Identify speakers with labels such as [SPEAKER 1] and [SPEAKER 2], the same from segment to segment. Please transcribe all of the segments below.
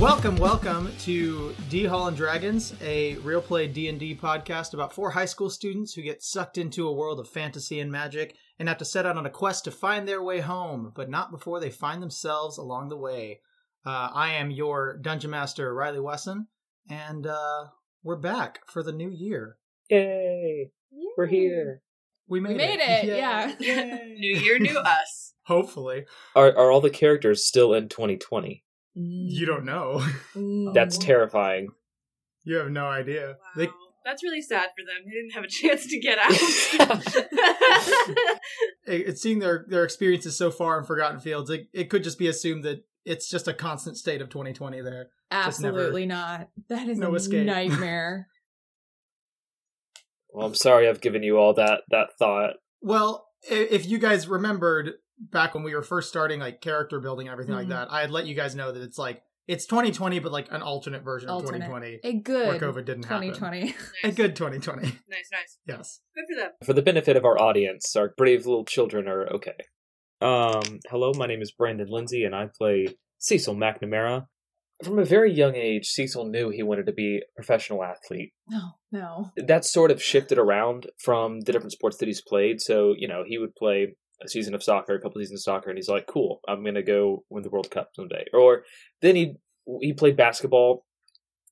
[SPEAKER 1] Welcome, welcome to D Hall and Dragons, a real play D and D podcast about four high school students who get sucked into a world of fantasy and magic and have to set out on a quest to find their way home, but not before they find themselves along the way. Uh, I am your dungeon master, Riley Wesson, and uh, we're back for the new year.
[SPEAKER 2] Yay! We're here.
[SPEAKER 1] We made,
[SPEAKER 3] We made
[SPEAKER 1] it.
[SPEAKER 3] it, yeah.
[SPEAKER 1] Yay.
[SPEAKER 4] New year, new us.
[SPEAKER 1] Hopefully,
[SPEAKER 2] Are are all the characters still in 2020?
[SPEAKER 1] you don't know.
[SPEAKER 4] Oh,
[SPEAKER 3] Mm.
[SPEAKER 2] That's terrifying.
[SPEAKER 1] You have no idea.
[SPEAKER 4] Wow.
[SPEAKER 1] They
[SPEAKER 4] That's really sad for them. They didn't have a chance to get out.
[SPEAKER 1] it- it's seeing their their experiences so far in Forgotten Fields, it, it could just be assumed that it's just a constant state of 2020 there.
[SPEAKER 3] Absolutely not. That is
[SPEAKER 1] no
[SPEAKER 3] a
[SPEAKER 1] escape.
[SPEAKER 3] nightmare.
[SPEAKER 2] Well, I'm sorry I've given you all that that thought.
[SPEAKER 1] Well, i- if you guys remembered back when we were first starting like character building and everything
[SPEAKER 3] Mhm.
[SPEAKER 1] like that, I had let you guys know that it's like it's 2020 but like an alternate version
[SPEAKER 3] Alternate.
[SPEAKER 1] of 2020
[SPEAKER 3] a good
[SPEAKER 1] where COVID didn't happen.
[SPEAKER 3] 2020.
[SPEAKER 1] A good 2020.
[SPEAKER 4] Nice, nice.
[SPEAKER 1] Yes.
[SPEAKER 4] Good for them.
[SPEAKER 2] For the benefit of our audience, our brave little children are okay. Um, hello, my name is Brandon Lindsay, and I play Cecil McNamara. From a very young age, Cecil knew he wanted to be a professional athlete.
[SPEAKER 3] No, no.
[SPEAKER 2] that sort of shifted around from the different sports that he's played. So, you know, he would play a season of soccer, a couple seasons of soccer, and he's like, cool, I'm going to go win the World Cup someday. Or then he he played basketball.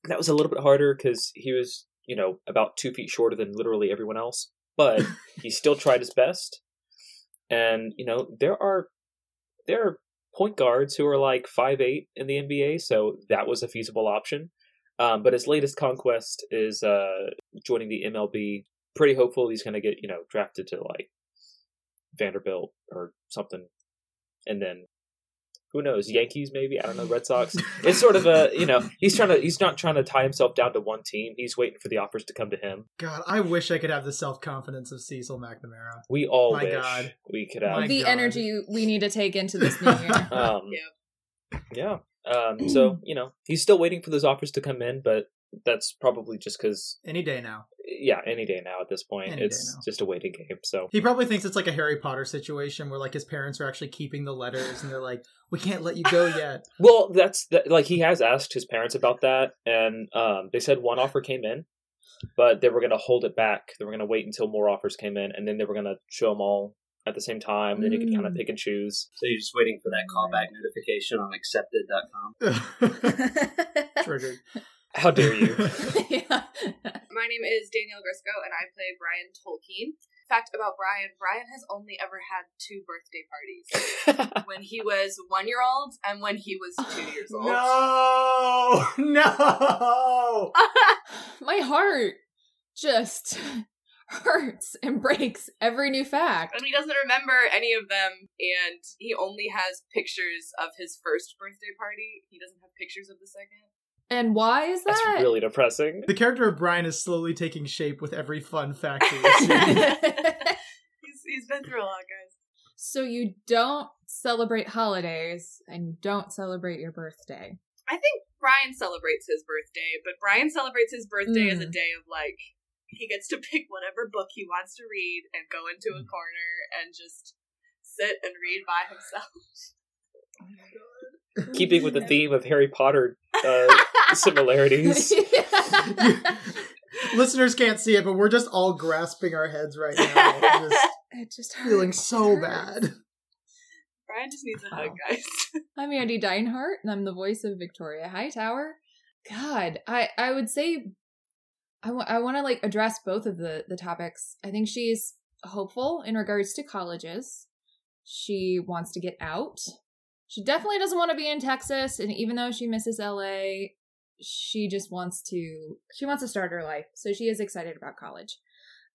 [SPEAKER 2] That was a little bit harder because he was, you know, about two feet shorter than literally everyone else, but he still tried his best. And, you know, there are there are point guards who are like five eight in the NBA, so that was a feasible option. Um, but his latest conquest is uh, joining the MLB. Pretty hopeful he's going to get you know drafted to like Vanderbilt or something, and then who knows Yankees maybe I don't know Red Sox. It's sort of a you know he's trying to he's not trying to tie himself down to one team. He's waiting for the offers to come to him.
[SPEAKER 1] God, I wish I could have the self-confidence of Cecil McNamara.
[SPEAKER 2] We all
[SPEAKER 1] My
[SPEAKER 2] wish
[SPEAKER 1] God.
[SPEAKER 2] we could
[SPEAKER 1] My
[SPEAKER 2] have.
[SPEAKER 3] the
[SPEAKER 1] God.
[SPEAKER 3] energy we need to take into this new year.
[SPEAKER 2] Um, yeah. Um, so you know he's still waiting for those offers to come in, but that's probably just because
[SPEAKER 1] Any day now.
[SPEAKER 2] yeah any day now at this point
[SPEAKER 1] Any day
[SPEAKER 2] it's
[SPEAKER 1] now.
[SPEAKER 2] just a waiting game. So
[SPEAKER 1] He probably thinks it's like a Harry Potter situation where like his parents are actually keeping the letters and they're like, "We can't let you go yet."
[SPEAKER 2] Well, that's that, like he has asked his parents about that, and um, they said one offer came in, but they were going to hold it back. They were going to wait until more offers came in, and then they were going to show them all at the same time. Then you could kind of
[SPEAKER 3] Mm.
[SPEAKER 2] pick and choose.
[SPEAKER 5] So you're just waiting for that callback notification on accepted.com.
[SPEAKER 1] Triggered.
[SPEAKER 2] How dare you?
[SPEAKER 3] yeah.
[SPEAKER 4] My name is Danielle Grisco, and I play Brian Tolkien. Fact about Brian Brian has only ever had two birthday parties when he was one year old and when he was two years old.
[SPEAKER 1] No, no.
[SPEAKER 3] My heart just hurts and breaks every new fact.
[SPEAKER 4] And he doesn't remember any of them, and he only has pictures of his first birthday party. He doesn't have pictures of the second.
[SPEAKER 3] And why is
[SPEAKER 2] that's
[SPEAKER 3] that?
[SPEAKER 2] really depressing.
[SPEAKER 1] The character of Brian is slowly taking shape with every fun fact he receives.
[SPEAKER 4] He's, he's been through a lot, guys.
[SPEAKER 3] so you don't celebrate holidays and you don't celebrate your birthday.
[SPEAKER 4] I think Brian celebrates his birthday, but Brian celebrates his birthday as a
[SPEAKER 3] Mm.
[SPEAKER 4] day of like he gets to pick whatever book he wants to read and go into
[SPEAKER 3] Hmm.
[SPEAKER 4] a corner and just sit and read by himself.
[SPEAKER 2] Keeping with the theme of Harry Potter uh, similarities.
[SPEAKER 1] Listeners can't see it, but we're just all grasping our heads right now, just
[SPEAKER 3] It just hurts.
[SPEAKER 1] feeling so
[SPEAKER 3] It hurts.
[SPEAKER 1] bad.
[SPEAKER 4] Brian just needs a
[SPEAKER 3] Wow.
[SPEAKER 4] hug, guys.
[SPEAKER 3] I'm Andy Dinehart, and I'm the voice of Victoria Hightower. God, I I would say I want I want to like address both of the the topics. I think she's hopeful in regards to colleges. She wants to get out. She definitely doesn't want to be in Texas, and even though she misses LA, she just wants to she wants to start her life. So she is excited about college.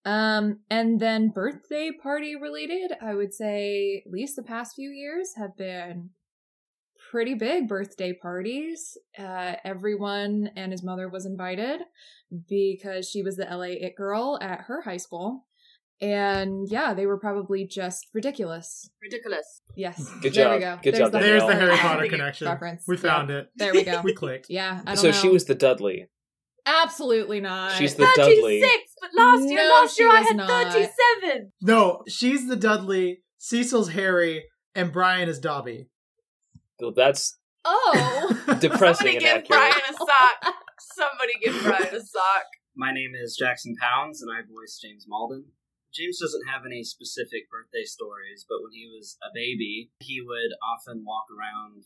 [SPEAKER 3] Um, and then birthday party related, I would say at least the past few years have been pretty big birthday parties. Uh, everyone and his mother was invited because she was the LA it girl at her high school. And yeah, they were probably just ridiculous.
[SPEAKER 4] Ridiculous.
[SPEAKER 3] Yes.
[SPEAKER 2] Good
[SPEAKER 3] there
[SPEAKER 2] job.
[SPEAKER 3] We go.
[SPEAKER 2] Good job,
[SPEAKER 3] the
[SPEAKER 1] There's the Harry
[SPEAKER 2] Danielle.
[SPEAKER 4] Yeah.
[SPEAKER 1] Potter
[SPEAKER 4] Yeah.
[SPEAKER 1] connection.
[SPEAKER 3] Reference.
[SPEAKER 1] We
[SPEAKER 3] Yeah.
[SPEAKER 1] found it.
[SPEAKER 3] There we go.
[SPEAKER 1] We clicked.
[SPEAKER 3] yeah, I don't
[SPEAKER 2] So
[SPEAKER 3] know.
[SPEAKER 2] she was the Dudley.
[SPEAKER 3] absolutely not.
[SPEAKER 2] She's the
[SPEAKER 4] Thirty-six,
[SPEAKER 2] Dudley.
[SPEAKER 4] but last year,
[SPEAKER 3] No,
[SPEAKER 4] last
[SPEAKER 3] she
[SPEAKER 4] year I
[SPEAKER 3] was
[SPEAKER 4] had
[SPEAKER 3] not.
[SPEAKER 4] thirty-seven.
[SPEAKER 1] No, she's the Dudley, Cecil's Harry, and Brian is Dobby.
[SPEAKER 2] Well, that's
[SPEAKER 6] Oh.
[SPEAKER 2] Depressing
[SPEAKER 4] Somebody
[SPEAKER 2] and
[SPEAKER 4] give
[SPEAKER 2] accurate.
[SPEAKER 4] Brian a sock. Somebody give Brian a sock.
[SPEAKER 5] My name is Jackson Pounds, and I voice James Malden. James doesn't have any specific birthday stories, but when he was a baby, he would often walk around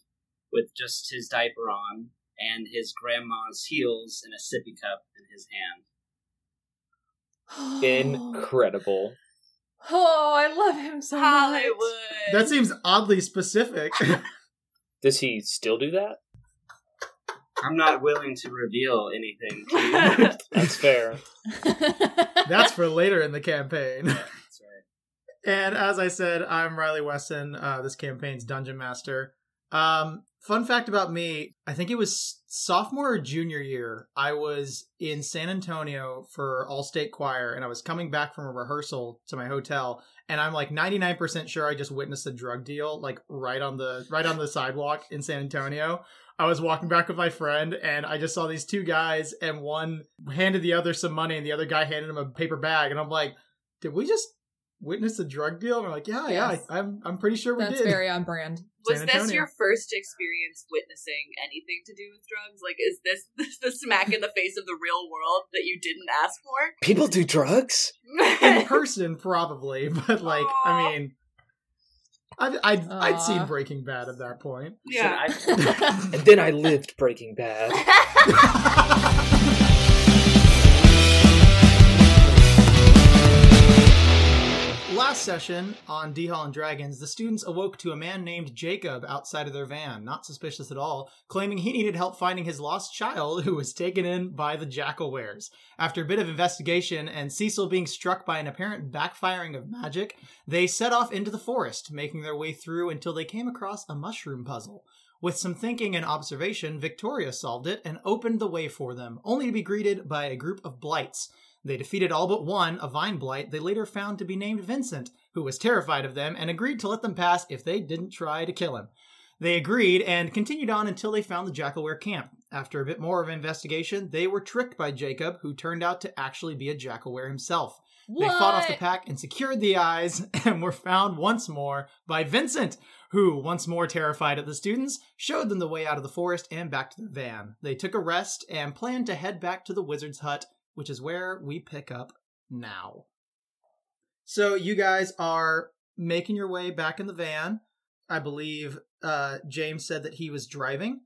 [SPEAKER 5] with just his diaper on and his grandma's heels in a sippy cup in his hand.
[SPEAKER 2] Incredible.
[SPEAKER 6] Oh, I love him so
[SPEAKER 4] Hollywood.
[SPEAKER 6] much.
[SPEAKER 1] That seems oddly specific.
[SPEAKER 2] Does he still do that?
[SPEAKER 5] I'm not willing to reveal anything to you. That's
[SPEAKER 2] That's fair.
[SPEAKER 1] That's for later in the campaign.
[SPEAKER 5] right.
[SPEAKER 1] And as I said, I'm Riley Wesson, uh, this campaign's dungeon master. Um, fun fact about me: I think it was sophomore or junior year. I was in San Antonio for Allstate Choir, and I was coming back from a rehearsal to my hotel. And I'm like 99% sure I just witnessed a drug deal, like right on the right on the sidewalk in San Antonio. I was walking back with my friend, and I just saw these two guys, and one handed the other some money, and the other guy handed him a paper bag. And I'm like, "Did we just witness a drug deal?" And we're like, "Yeah, yeah,
[SPEAKER 6] Yes.
[SPEAKER 1] I, I'm I'm pretty sure we
[SPEAKER 6] That's
[SPEAKER 1] did."
[SPEAKER 6] very on brand.
[SPEAKER 4] Was
[SPEAKER 1] San
[SPEAKER 4] this
[SPEAKER 1] Antonio.
[SPEAKER 4] your first experience witnessing anything to do with drugs? Like, is this, this the smack in the face of the real world that you didn't ask for?
[SPEAKER 2] People do drugs?
[SPEAKER 1] in person probably but like
[SPEAKER 4] Aw.
[SPEAKER 1] i mean I'd, I'd,
[SPEAKER 6] Aw.
[SPEAKER 1] I'd seen breaking bad at that point
[SPEAKER 4] yeah.
[SPEAKER 5] Should I-
[SPEAKER 2] And then I lived Breaking Bad.
[SPEAKER 1] last session on d hall and dragons the students awoke to a man named jacob outside of their van not suspicious at all claiming he needed help finding his lost child who was taken in by the jackalwares after a bit of investigation and cecil being struck by an apparent backfiring of magic they set off into the forest making their way through until they came across a mushroom puzzle with some thinking and observation, Victoria solved it and opened the way for them, only to be greeted by a group of blights. They defeated all but one, a vine blight they later found to be named Vincent, who was terrified of them and agreed to let them pass if they didn't try to kill him. They agreed and continued on until they found the Jackalware camp. After a bit more of an investigation, they were tricked by Jacob, who turned out to actually be a Jackalware himself.
[SPEAKER 6] What?
[SPEAKER 1] They fought off the pack and secured the eyes and were found once more by Vincent, who, once more terrified at the students, showed them the way out of the forest and back to the van. They took a rest and planned to head back to the wizard's hut, which is where we pick up now. So you guys are making your way back in the van. I believe uh, James said that he was driving,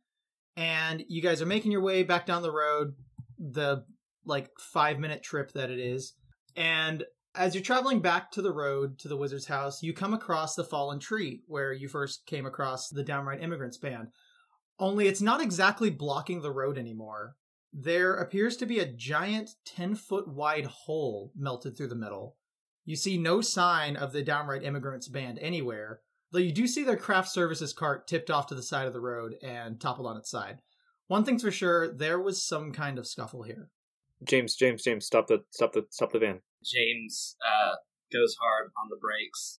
[SPEAKER 1] and you guys are making your way back down the road, the like five minute trip that it is. And as you're traveling back to the road to the wizard's house, you come across the fallen tree where you first came across the downright immigrants band. Only it's not exactly blocking the road anymore. There appears to be a giant 10 foot wide hole melted through the middle. You see no sign of the downright immigrants band anywhere, though you do see their craft services cart tipped off to the side of the road and toppled on its side. One thing's for sure, there was some kind of scuffle here.
[SPEAKER 2] James, James, James, stop the stop the stop the van.
[SPEAKER 5] James uh, goes hard on the brakes,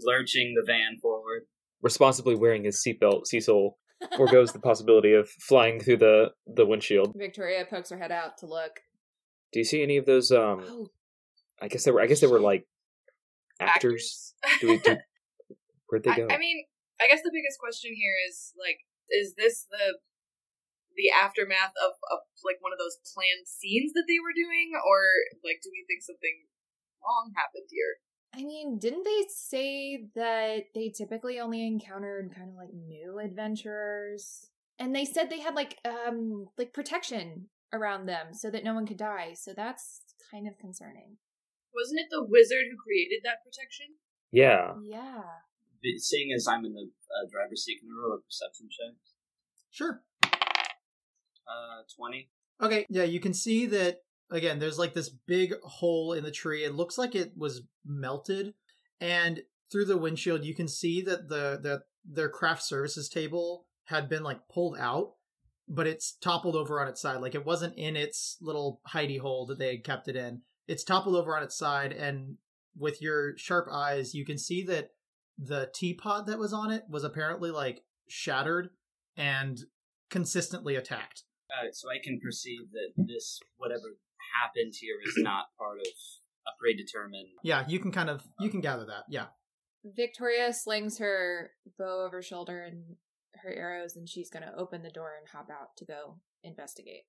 [SPEAKER 5] lurching the van forward.
[SPEAKER 2] Responsibly wearing his seatbelt, Cecil foregoes the possibility of flying through the, the windshield.
[SPEAKER 6] Victoria pokes her head out to look.
[SPEAKER 2] Do you see any of those um
[SPEAKER 6] Oh,
[SPEAKER 2] I guess they were I guess they were like actors? Do we do, where'd they go?
[SPEAKER 4] I, I mean, I guess the biggest question here is like, is this the the aftermath of, of like one of those planned scenes that they were doing, or like, do we think something wrong happened here?
[SPEAKER 6] I mean, didn't they say that they typically only encountered kind of like new adventurers? And they said they had like um like protection around them so that no one could die. So that's kind of concerning.
[SPEAKER 4] Wasn't it the wizard who created that protection?
[SPEAKER 2] yeah.
[SPEAKER 6] Yeah.
[SPEAKER 5] But seeing as I'm in the uh, driver's seat, can I roll a perception check?
[SPEAKER 1] Sure.
[SPEAKER 5] Uh, 20.
[SPEAKER 1] Okay, yeah, you can see that again, there's like this big hole in the tree. It looks like it was melted and through the windshield you can see that the that their craft services table had been like pulled out, but it's toppled over on its side. Like it wasn't in its little hidey hole that they had kept it in. It's toppled over on its side and with your sharp eyes you can see that the teapot that was on it was apparently like shattered and consistently attacked.
[SPEAKER 5] Uh, so I can perceive that this, whatever happened here, is not part of a predetermined.
[SPEAKER 1] Yeah, you can kind of you can gather that. Yeah.
[SPEAKER 6] Victoria slings her bow over shoulder and
[SPEAKER 3] her arrows and she's gonna open the door and hop out to go investigate.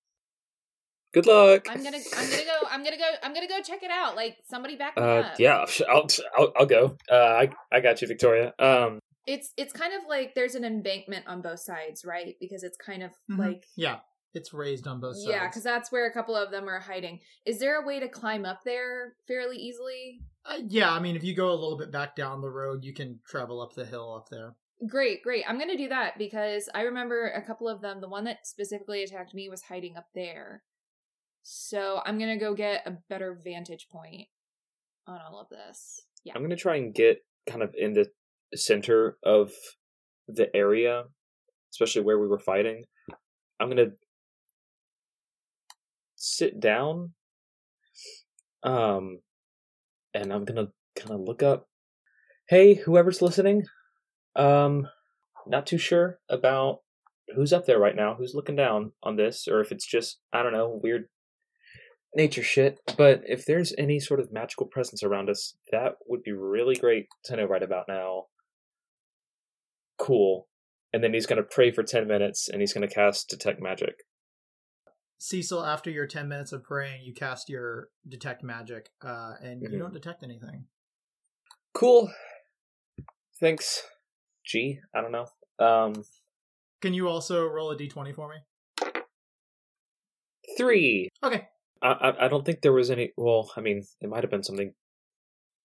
[SPEAKER 2] Good luck.
[SPEAKER 3] I'm gonna I'm gonna go I'm gonna go I'm gonna go check it out. Like somebody back me
[SPEAKER 2] Uh,
[SPEAKER 3] up.
[SPEAKER 2] yeah, I'll, I'll I'll go. Uh, I I got you, Victoria. Um,
[SPEAKER 3] It's it's kind of like there's an embankment on both sides, right? Because it's kind of
[SPEAKER 1] Mhm.
[SPEAKER 3] like
[SPEAKER 1] Yeah, it's raised on both sides.
[SPEAKER 3] yeah, because that's where a couple of them are hiding. Is there a way to climb up there fairly easily?
[SPEAKER 1] Uh, yeah, I mean, if you go a little bit back down the road, you can travel up the hill up there.
[SPEAKER 3] Great, great. I'm gonna do that because I remember a couple of them. The one that specifically attacked me was hiding up there, so I'm gonna go get a better vantage point on all of this. Yeah.
[SPEAKER 2] I'm gonna try and get kind of in the center of the area, especially where we were fighting. I'm gonna sit down, um, and I'm gonna kind of look up. Hey, whoever's listening, um, not too sure about who's up there right now, who's looking down on this, or if it's just I don't know weird nature shit, but if there's any sort of magical presence around us, that would be really great to know right about now. Cool. And then he's going to pray for 10 minutes and he's going to cast Detect Magic.
[SPEAKER 1] Cecil, after your 10 minutes of praying, you cast your detect magic, uh, and you
[SPEAKER 2] Mhm.
[SPEAKER 1] don't detect anything.
[SPEAKER 2] Cool. Thanks. G, I don't know. Um,
[SPEAKER 1] Can you also roll a d20 for me?
[SPEAKER 2] three.
[SPEAKER 1] Okay.
[SPEAKER 2] I, I, I don't think there was any. Well, I mean, it might have been something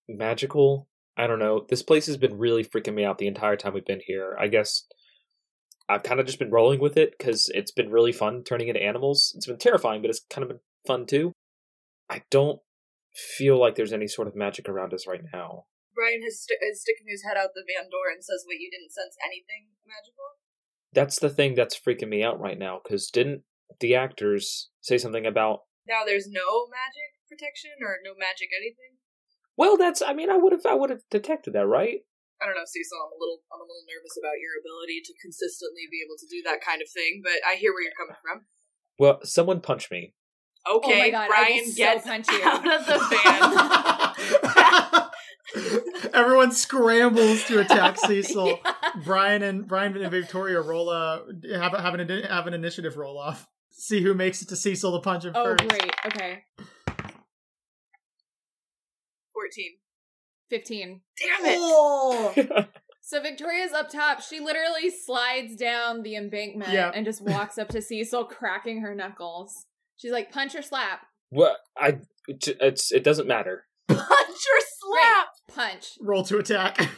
[SPEAKER 2] magical. I don't know. This place has been really freaking me out the entire time we've been here. I guess I've kind of just been rolling with it because it's been really fun turning into animals. It's been terrifying, but it's kind of been fun too. I don't feel like there's any sort of magic around us right now.
[SPEAKER 4] Brian has st- is sticking his head out the van door and says, "Wait, you didn't sense anything magical?"
[SPEAKER 2] That's the thing that's freaking me out right now because didn't the actors say something about
[SPEAKER 4] Now there's no magic protection or no magic anything.
[SPEAKER 2] well that's i mean i would have i would have detected that right
[SPEAKER 4] I don't know, Cecil. I'm a little I'm a little nervous about your ability to consistently be able to do that kind of thing, but I hear where you're coming from.
[SPEAKER 2] well someone punch me
[SPEAKER 4] Okay,
[SPEAKER 3] oh my god,
[SPEAKER 4] Brian
[SPEAKER 3] I will
[SPEAKER 4] gets
[SPEAKER 3] so punch you.
[SPEAKER 4] out of the van.
[SPEAKER 1] Everyone scrambles to attack Cecil.
[SPEAKER 3] Yeah.
[SPEAKER 1] Brian and Brian and Victoria roll a have have an have an initiative roll off. See who makes it to Cecil to punch him
[SPEAKER 3] Oh,
[SPEAKER 1] first.
[SPEAKER 3] great. Okay.
[SPEAKER 4] 14.
[SPEAKER 3] 15.
[SPEAKER 4] Damn it!
[SPEAKER 1] Oh!
[SPEAKER 3] So Victoria's up top. She literally slides down the embankment
[SPEAKER 1] Yeah.
[SPEAKER 3] and just walks up to Cecil, cracking her knuckles. She's like, punch or slap.
[SPEAKER 2] Well, I it- it's it doesn't matter.
[SPEAKER 4] Punch or slap!
[SPEAKER 3] Punch.
[SPEAKER 1] Roll to attack.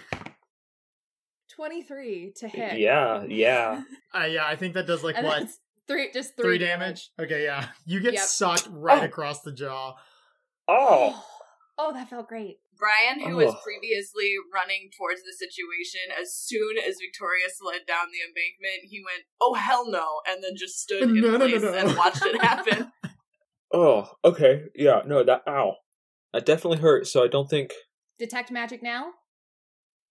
[SPEAKER 3] 23 to hit.
[SPEAKER 2] Yeah, yeah.
[SPEAKER 1] Uh, yeah, I think that does like
[SPEAKER 3] and
[SPEAKER 1] what
[SPEAKER 3] that's three, just
[SPEAKER 1] three,
[SPEAKER 3] three,
[SPEAKER 1] damage. Okay, yeah, you get
[SPEAKER 3] Yep.
[SPEAKER 1] sucked right
[SPEAKER 2] Oh.
[SPEAKER 1] across the jaw.
[SPEAKER 2] Oh,
[SPEAKER 3] Oh, that felt great.
[SPEAKER 4] Brian, who was
[SPEAKER 2] Ugh.
[SPEAKER 4] previously running towards the situation, as soon as Victoria slid down the embankment, he went, "Oh hell no!" and then just stood in
[SPEAKER 1] No, no, no,
[SPEAKER 4] place
[SPEAKER 1] no.
[SPEAKER 4] and watched it happen.
[SPEAKER 2] oh. Okay. Yeah. No. That. Ow. That definitely hurt. So I don't think.
[SPEAKER 3] Detect magic now?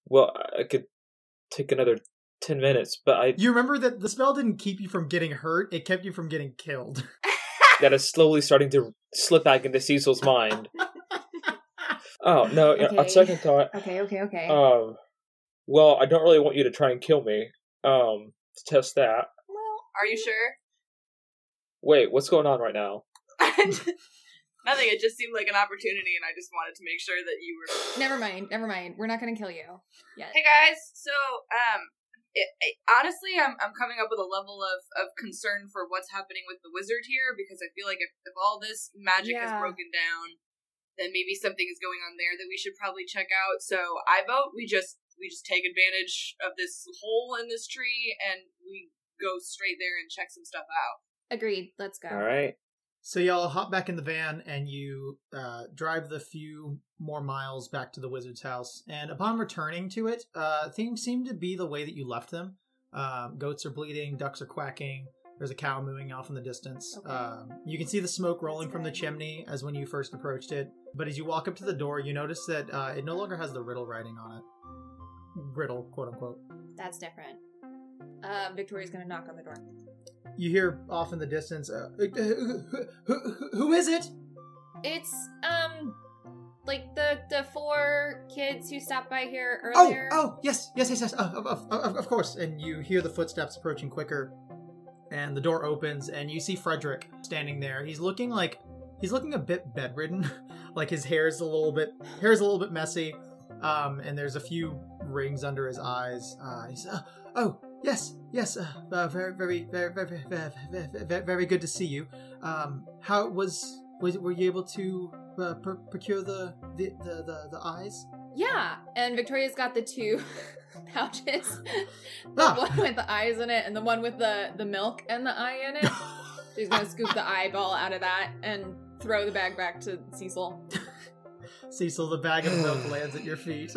[SPEAKER 2] Well, I could take another ten minutes, but I
[SPEAKER 1] You remember that the spell didn't keep you from getting hurt; it kept you from getting killed.
[SPEAKER 2] that is slowly starting to slip back into Cecil's mind. Oh no! yeah, On
[SPEAKER 3] Okay.
[SPEAKER 2] second thought,
[SPEAKER 3] Okay, okay, okay.
[SPEAKER 2] um, well, I don't really want you to try and kill me. Um, to test that.
[SPEAKER 3] well,
[SPEAKER 4] Are you sure?
[SPEAKER 2] Wait, what's going on right now?
[SPEAKER 4] Nothing. It just seemed like an opportunity, and I just wanted to make sure that you were
[SPEAKER 3] never mind, never mind. We're not going to kill you yet.
[SPEAKER 4] Hey guys, so um, it, it, honestly, I'm I'm coming up with a level of of concern for what's happening with the wizard here because I feel like if if all this magic has
[SPEAKER 3] Yeah.
[SPEAKER 4] broken down, then maybe something is going on there that we should probably check out. So I vote we just we just take advantage of this hole in this tree and we go straight there and check some stuff out.
[SPEAKER 3] Agreed. Let's go.
[SPEAKER 2] All right.
[SPEAKER 1] so y'all hop back in the van and you uh, drive the few more miles back to the wizard's house. And upon returning to it, uh, things seem to be the way that you left them. Um, goats are bleeding, ducks are quacking. There's a cow mooing off in the distance.
[SPEAKER 3] Okay.
[SPEAKER 1] Um, you can see the smoke rolling
[SPEAKER 3] That's
[SPEAKER 1] from the
[SPEAKER 3] good.
[SPEAKER 1] chimney as when you first approached it. But as you walk up to the door, you notice that uh, it no longer has the riddle writing on it. Riddle, quote unquote.
[SPEAKER 3] That's different. Uh, Victoria's going to knock on the door.
[SPEAKER 1] You hear off in the distance, uh, "Who- who- who- who is it?
[SPEAKER 3] It's um like the the four kids who stopped by here
[SPEAKER 1] Oh,
[SPEAKER 3] earlier.
[SPEAKER 1] oh, yes, yes, yes, yes. Uh, of, of, of, of course. And you hear the footsteps approaching quicker, and the door opens, and you see Frederick standing there. He's looking like he's looking a bit bedridden, like his hair is a little bit hair is a little bit messy, um, and there's a few rings under his eyes. Uh, he's uh, oh yes, yes, uh, uh, very, very, very, very, very, very, very, very, very good to see you. Um, how was was were you able to uh, pr- procure the the, the the the eyes?
[SPEAKER 3] Yeah, and Victoria's got the two pouches. the
[SPEAKER 1] Ah.
[SPEAKER 3] one with the eyes in it and the one with the the milk and the eye in it. She's going to scoop the eyeball out of that and throw the bag back to Cecil.
[SPEAKER 1] Cecil, the bag of milk lands at your feet.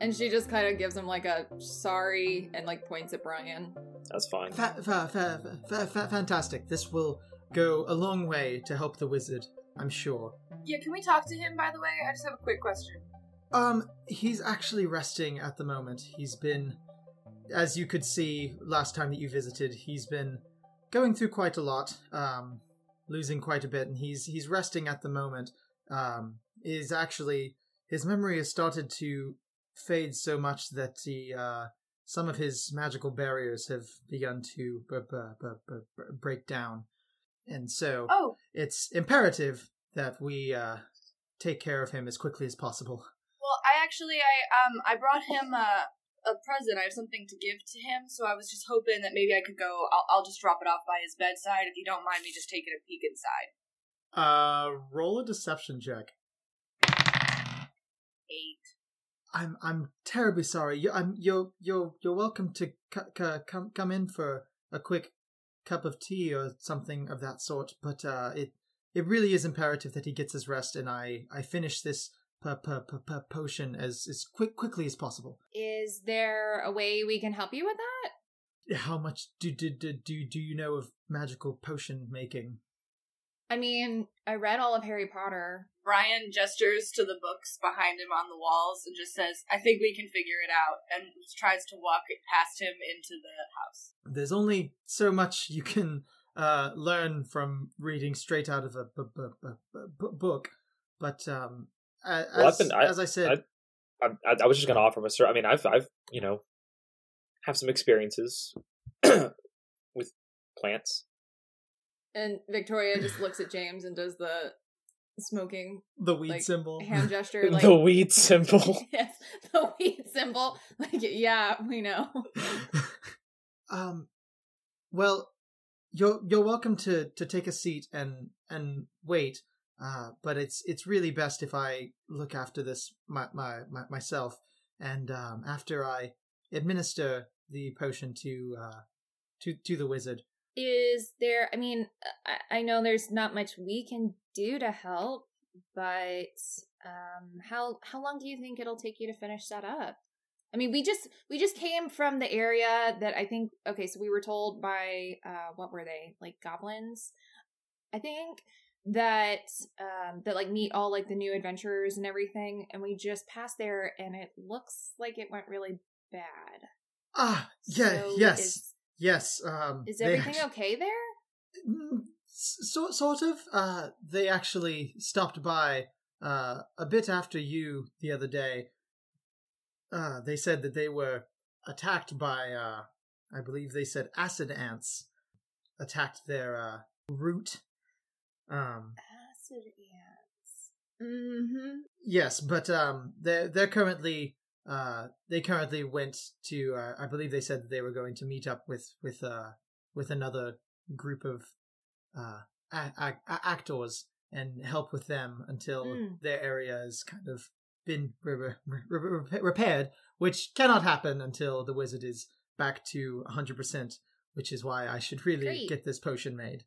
[SPEAKER 3] And she just kind of gives him like a sorry and like points at Brian.
[SPEAKER 2] That's fine.
[SPEAKER 1] fa- fa- fa- fa- fa- fantastic. This will go a long way to help the wizard, I'm sure.
[SPEAKER 4] Yeah, can we talk to him, by the way? I just have a quick question.
[SPEAKER 1] Um, he's actually resting at the moment. He's been, as you could see last time that you visited, he's been going through quite a lot, um, losing quite a bit, and he's he's resting at the moment. Um, is actually his memory has started to fade so much that he uh, some of his magical barriers have begun to b- b- b- b- b- break down, and so
[SPEAKER 4] Oh,
[SPEAKER 1] it's imperative that we uh, take care of him as quickly as possible.
[SPEAKER 4] well, I actually, I um, I brought him a a present. I have something to give to him, so I was just hoping that maybe I could go. I'll, I'll just drop it off by his bedside if you don't mind me just taking a peek inside.
[SPEAKER 1] Uh, roll a deception check.
[SPEAKER 4] Eight.
[SPEAKER 1] I'm I'm terribly sorry. You, I'm you're you're you're welcome to c- c- come come in for a quick cup of tea or something of that sort. But uh, it it really is imperative that he gets his rest, and I I finish this p- p- p- p- potion as as quick quickly as possible.
[SPEAKER 3] Is there a way we can help you with that?
[SPEAKER 1] How much do do do do, do you know of magical potion making?
[SPEAKER 3] I mean, I read all of Harry Potter.
[SPEAKER 4] Brian gestures to the books behind him on the walls and just says, "I think we can figure it out," and tries to walk it past him into the house.
[SPEAKER 1] there's only so much you can uh, learn from reading straight out of a b- b- b- b- book. But um, a-
[SPEAKER 2] Well, I've
[SPEAKER 1] as,
[SPEAKER 2] been- I-
[SPEAKER 1] as I said,
[SPEAKER 2] I, I, I was just going to offer him a sir. I mean, I've, I've, you know, have some experiences with plants.
[SPEAKER 3] And Victoria just looks at James and does the smoking
[SPEAKER 1] the weed
[SPEAKER 3] like,
[SPEAKER 1] symbol.
[SPEAKER 3] hand gesture like
[SPEAKER 2] the weed symbol.
[SPEAKER 3] yes, the weed symbol. Like, yeah, we know.
[SPEAKER 1] um, well, you're you're welcome to, to take a seat and and wait. Uh, but it's it's really best if I look after this my, my, my myself. And um, after I administer the potion to uh, to to the wizard,
[SPEAKER 3] Is there? I mean, I, I know there's not much we can do to help, but um, how how long do you think it'll take you to finish that up? I mean, we just we just came from the area that I think. Okay, so we were told by uh, what were they like goblins? I think that um that like meet all like the new adventurers and everything and we just passed there and it looks like it went really bad
[SPEAKER 1] ah, yeah,
[SPEAKER 3] So
[SPEAKER 1] yes.
[SPEAKER 3] Is,
[SPEAKER 1] Yes. Um,
[SPEAKER 3] is
[SPEAKER 1] they
[SPEAKER 3] everything
[SPEAKER 1] actu-
[SPEAKER 3] okay there?
[SPEAKER 1] Mm, s- Sort sort of. Uh, they actually stopped by uh, a bit after you the other day. Uh, they said that they were attacked by, uh, I believe they said acid ants attacked their uh, root. Um,
[SPEAKER 3] Acid ants. Mm-hmm.
[SPEAKER 1] Yes, but um, they're they're currently uh they currently went to uh, I believe they said that they were going to meet up with with uh with another group of uh a- a- a- actors and help with them until
[SPEAKER 3] Mm.
[SPEAKER 1] their area is kind of been re- re- re- re- re- repaired, which cannot happen until the wizard is back to hundred percent, which is why I should really
[SPEAKER 3] Great.
[SPEAKER 1] get this potion made.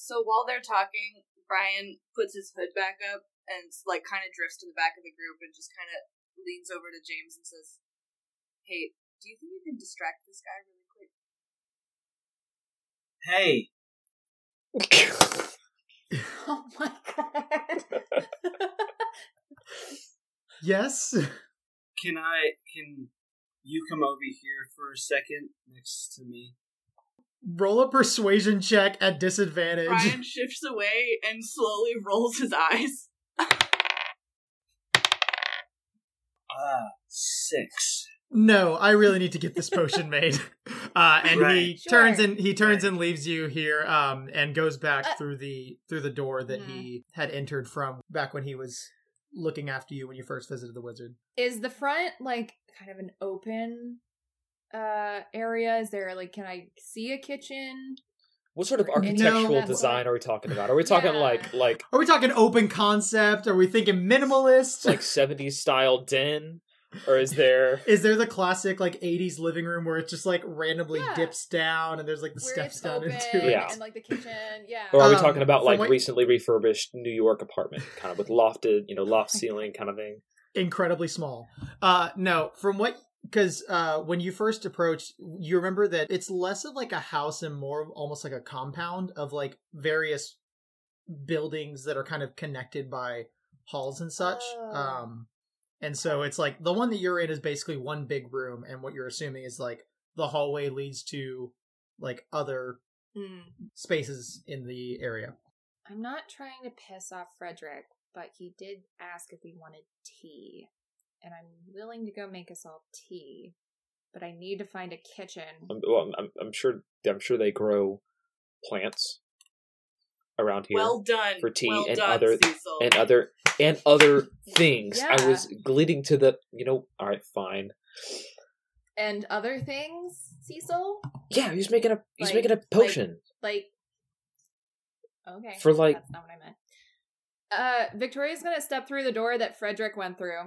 [SPEAKER 4] So while they're talking, Brian puts his hood back up and like kind of drifts to the back of the group and just kind of leans over to James and says, "Hey, do you think you can distract this guy really quick?"
[SPEAKER 5] Hey,
[SPEAKER 3] Oh my god.
[SPEAKER 1] Yes.
[SPEAKER 5] can I can you come over here for a second next to me?
[SPEAKER 1] Roll a persuasion check at disadvantage.
[SPEAKER 4] Brian shifts away and slowly rolls his eyes.
[SPEAKER 5] Uh, six.
[SPEAKER 1] no i really need to get this potion made uh and he
[SPEAKER 5] Right.
[SPEAKER 1] turns
[SPEAKER 3] Sure.
[SPEAKER 1] and he turns and leaves you here um and goes back
[SPEAKER 3] Uh. mm-hmm.
[SPEAKER 1] through the through the door that
[SPEAKER 4] Mhm.
[SPEAKER 1] he had entered from back when he was looking after you when you first visited the wizard
[SPEAKER 3] Is the front like kind of an open uh area? Is there like can I see a kitchen?
[SPEAKER 2] What sort of
[SPEAKER 3] No,
[SPEAKER 2] architectural
[SPEAKER 3] that's-
[SPEAKER 2] design are we talking about? Are we talking
[SPEAKER 3] Yeah.
[SPEAKER 2] like like
[SPEAKER 1] are we talking open concept are we thinking minimalist
[SPEAKER 2] like seventies style den, or is there?
[SPEAKER 1] Is there the classic like '80s living room where it just like randomly
[SPEAKER 3] Yeah.
[SPEAKER 1] dips down and there's like the
[SPEAKER 3] Where
[SPEAKER 1] steps
[SPEAKER 3] it's
[SPEAKER 1] down
[SPEAKER 3] open
[SPEAKER 1] into it?
[SPEAKER 2] Yeah.
[SPEAKER 3] and like the kitchen. Yeah.
[SPEAKER 2] Or are we
[SPEAKER 1] Um,
[SPEAKER 2] talking about
[SPEAKER 1] from
[SPEAKER 2] like
[SPEAKER 1] what-
[SPEAKER 2] recently refurbished New York apartment, kind of with lofted, you know, loft ceiling kind of thing?
[SPEAKER 1] Incredibly small. Uh, no, from what because uh, when you first approach, you remember that it's less of like a house and more of almost like a compound of like various buildings that are kind of connected by halls and such.
[SPEAKER 3] Oh.
[SPEAKER 1] Um, and so it's like the one that you're in is basically one big room, and what you're assuming is like the hallway leads to like other spaces in the area.
[SPEAKER 3] Mm. I'm not trying to piss off Frederick, but he did ask if we wanted tea. And I'm willing to go make us all tea. But I need to find a kitchen.
[SPEAKER 2] I'm, Um, well, I'm, I'm sure I'm sure they grow plants around here
[SPEAKER 4] Well done.
[SPEAKER 2] For tea
[SPEAKER 4] well
[SPEAKER 2] and
[SPEAKER 4] done,
[SPEAKER 2] other-
[SPEAKER 4] Cecil.
[SPEAKER 2] and other and other things. I
[SPEAKER 3] Yeah.
[SPEAKER 2] was gliding to the, you know, all right, fine.
[SPEAKER 3] And other things, Cecil?
[SPEAKER 2] Yeah, he's making a he's
[SPEAKER 3] Like-
[SPEAKER 2] making a
[SPEAKER 3] like-
[SPEAKER 2] potion.
[SPEAKER 3] Like Okay.
[SPEAKER 2] For, like-
[SPEAKER 3] that's not what I meant. Uh Victoria's gonna step through the door that Frederick went through.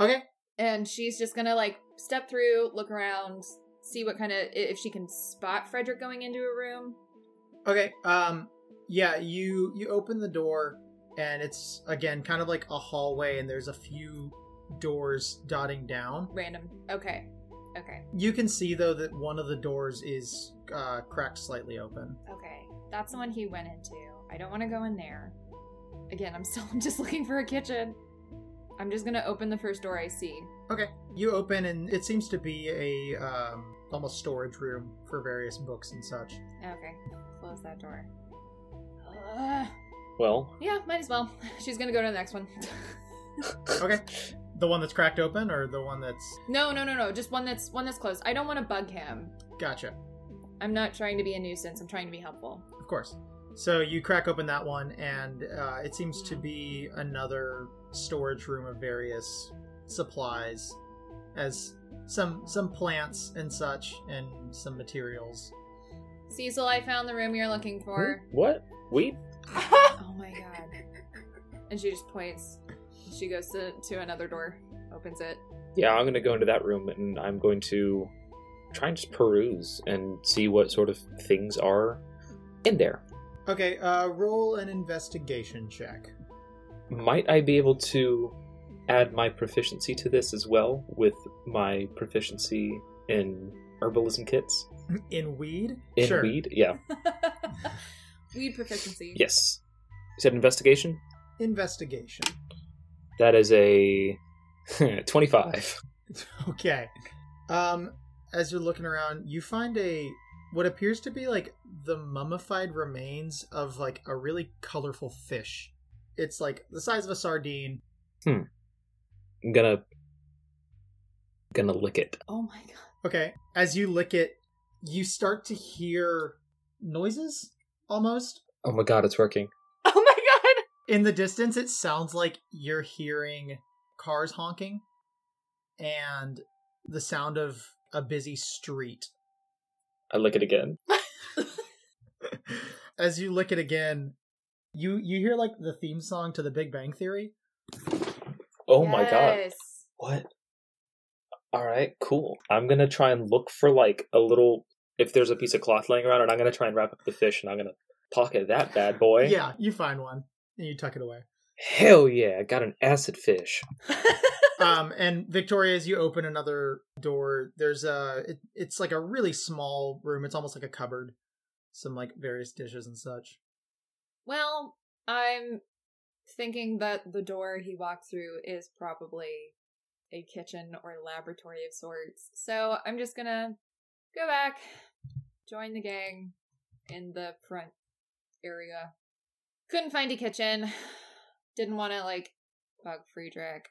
[SPEAKER 1] Okay.
[SPEAKER 3] and she's just gonna like step through look around see what kind of if she can spot frederick going into a room
[SPEAKER 1] Okay. Um yeah, you you open the door and it's again kind of like a hallway and there's a few doors dotting down.
[SPEAKER 3] random okay okay
[SPEAKER 1] You can see though that one of the doors is uh cracked slightly open.
[SPEAKER 3] okay that's the one he went into i don't want to go in there again i'm still I'm just looking for a kitchen i'm just gonna open the first door i see
[SPEAKER 1] Okay. You open and it seems to be a um almost storage room for various books and such.
[SPEAKER 3] okay close that door Ugh.
[SPEAKER 2] Well,
[SPEAKER 3] yeah might as well she's gonna go to the next one
[SPEAKER 1] Okay. The one that's cracked open or the one that's
[SPEAKER 3] no no no no just one that's one that's closed i don't want to bug him
[SPEAKER 1] gotcha.
[SPEAKER 3] i'm not trying to be a nuisance i'm trying to be helpful
[SPEAKER 1] Of course. So you crack open that one, and uh, it seems to be another storage room of various supplies, as some some plants and such, and some materials.
[SPEAKER 3] Cecil, I found the room you're looking for.
[SPEAKER 2] hmm, what? We
[SPEAKER 3] Oh my god. And she just points. She goes to, to another door, opens it.
[SPEAKER 2] Yeah, I'm gonna go into that room and I'm going to try and just peruse and see what sort of things are in there.
[SPEAKER 1] Okay, uh, roll an investigation check.
[SPEAKER 2] Might I be able to add my proficiency to this as well with my proficiency in herbalism kits?
[SPEAKER 1] In weed.
[SPEAKER 2] In
[SPEAKER 1] sure.
[SPEAKER 2] weed? Yeah.
[SPEAKER 3] Weed proficiency.
[SPEAKER 2] Yes. Is that investigation?
[SPEAKER 1] Investigation.
[SPEAKER 2] That is a 25.
[SPEAKER 1] Okay. Um, as you're looking around, you find a what appears to be like the mummified remains of like a really colorful fish. It's like the size of a sardine.
[SPEAKER 2] I'm gonna gonna lick it.
[SPEAKER 3] Oh my god.
[SPEAKER 1] Okay. As you lick it, you start to hear noises almost.
[SPEAKER 2] Oh my god, it's working.
[SPEAKER 4] oh my god.
[SPEAKER 1] In the distance, it sounds like you're hearing cars honking and the sound of a busy street.
[SPEAKER 2] I lick it again.
[SPEAKER 1] As you lick it again, you you hear like the theme song to the Big Bang Theory.
[SPEAKER 2] Oh my god.
[SPEAKER 3] Yes.
[SPEAKER 2] What? All right, cool. I'm gonna try and look for like a little. If there's a piece of cloth laying around, and I'm gonna try and wrap up the fish, and I'm gonna pocket that bad boy.
[SPEAKER 1] Yeah, you find one and you tuck it away.
[SPEAKER 2] Hell yeah! I got an acid fish.
[SPEAKER 1] um, and Victoria, as you open another door, there's a it, it's like a really small room. It's almost like a cupboard, some like various dishes and such.
[SPEAKER 3] Well, I'm thinking that the door he walked through is probably a kitchen or laboratory of sorts. So I'm just gonna go back, join the gang in the front area. Couldn't find a kitchen. Didn't want to like bug Friedrich.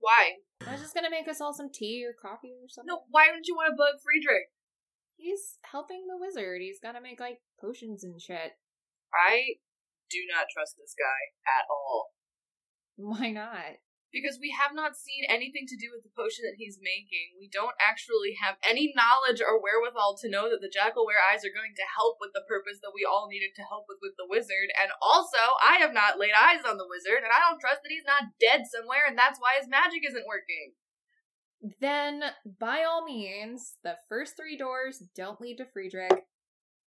[SPEAKER 4] Why?
[SPEAKER 3] I was just gonna make us all some tea or coffee or something.
[SPEAKER 4] No, why don't you want to bug Friedrich?
[SPEAKER 3] He's helping the wizard. He's gotta make like potions and shit.
[SPEAKER 4] I do not trust this guy at all.
[SPEAKER 3] Why not?
[SPEAKER 4] Because we have not seen anything to do with the potion that he's making. We don't actually have any knowledge or wherewithal to know that the Jackalware eyes are going to help with the purpose that we all needed to help with with the wizard. And also, I have not laid eyes on the wizard, and I don't trust that he's not dead somewhere, and that's why his magic isn't working.
[SPEAKER 3] Then, by all means, the first three doors don't lead to Friedrich.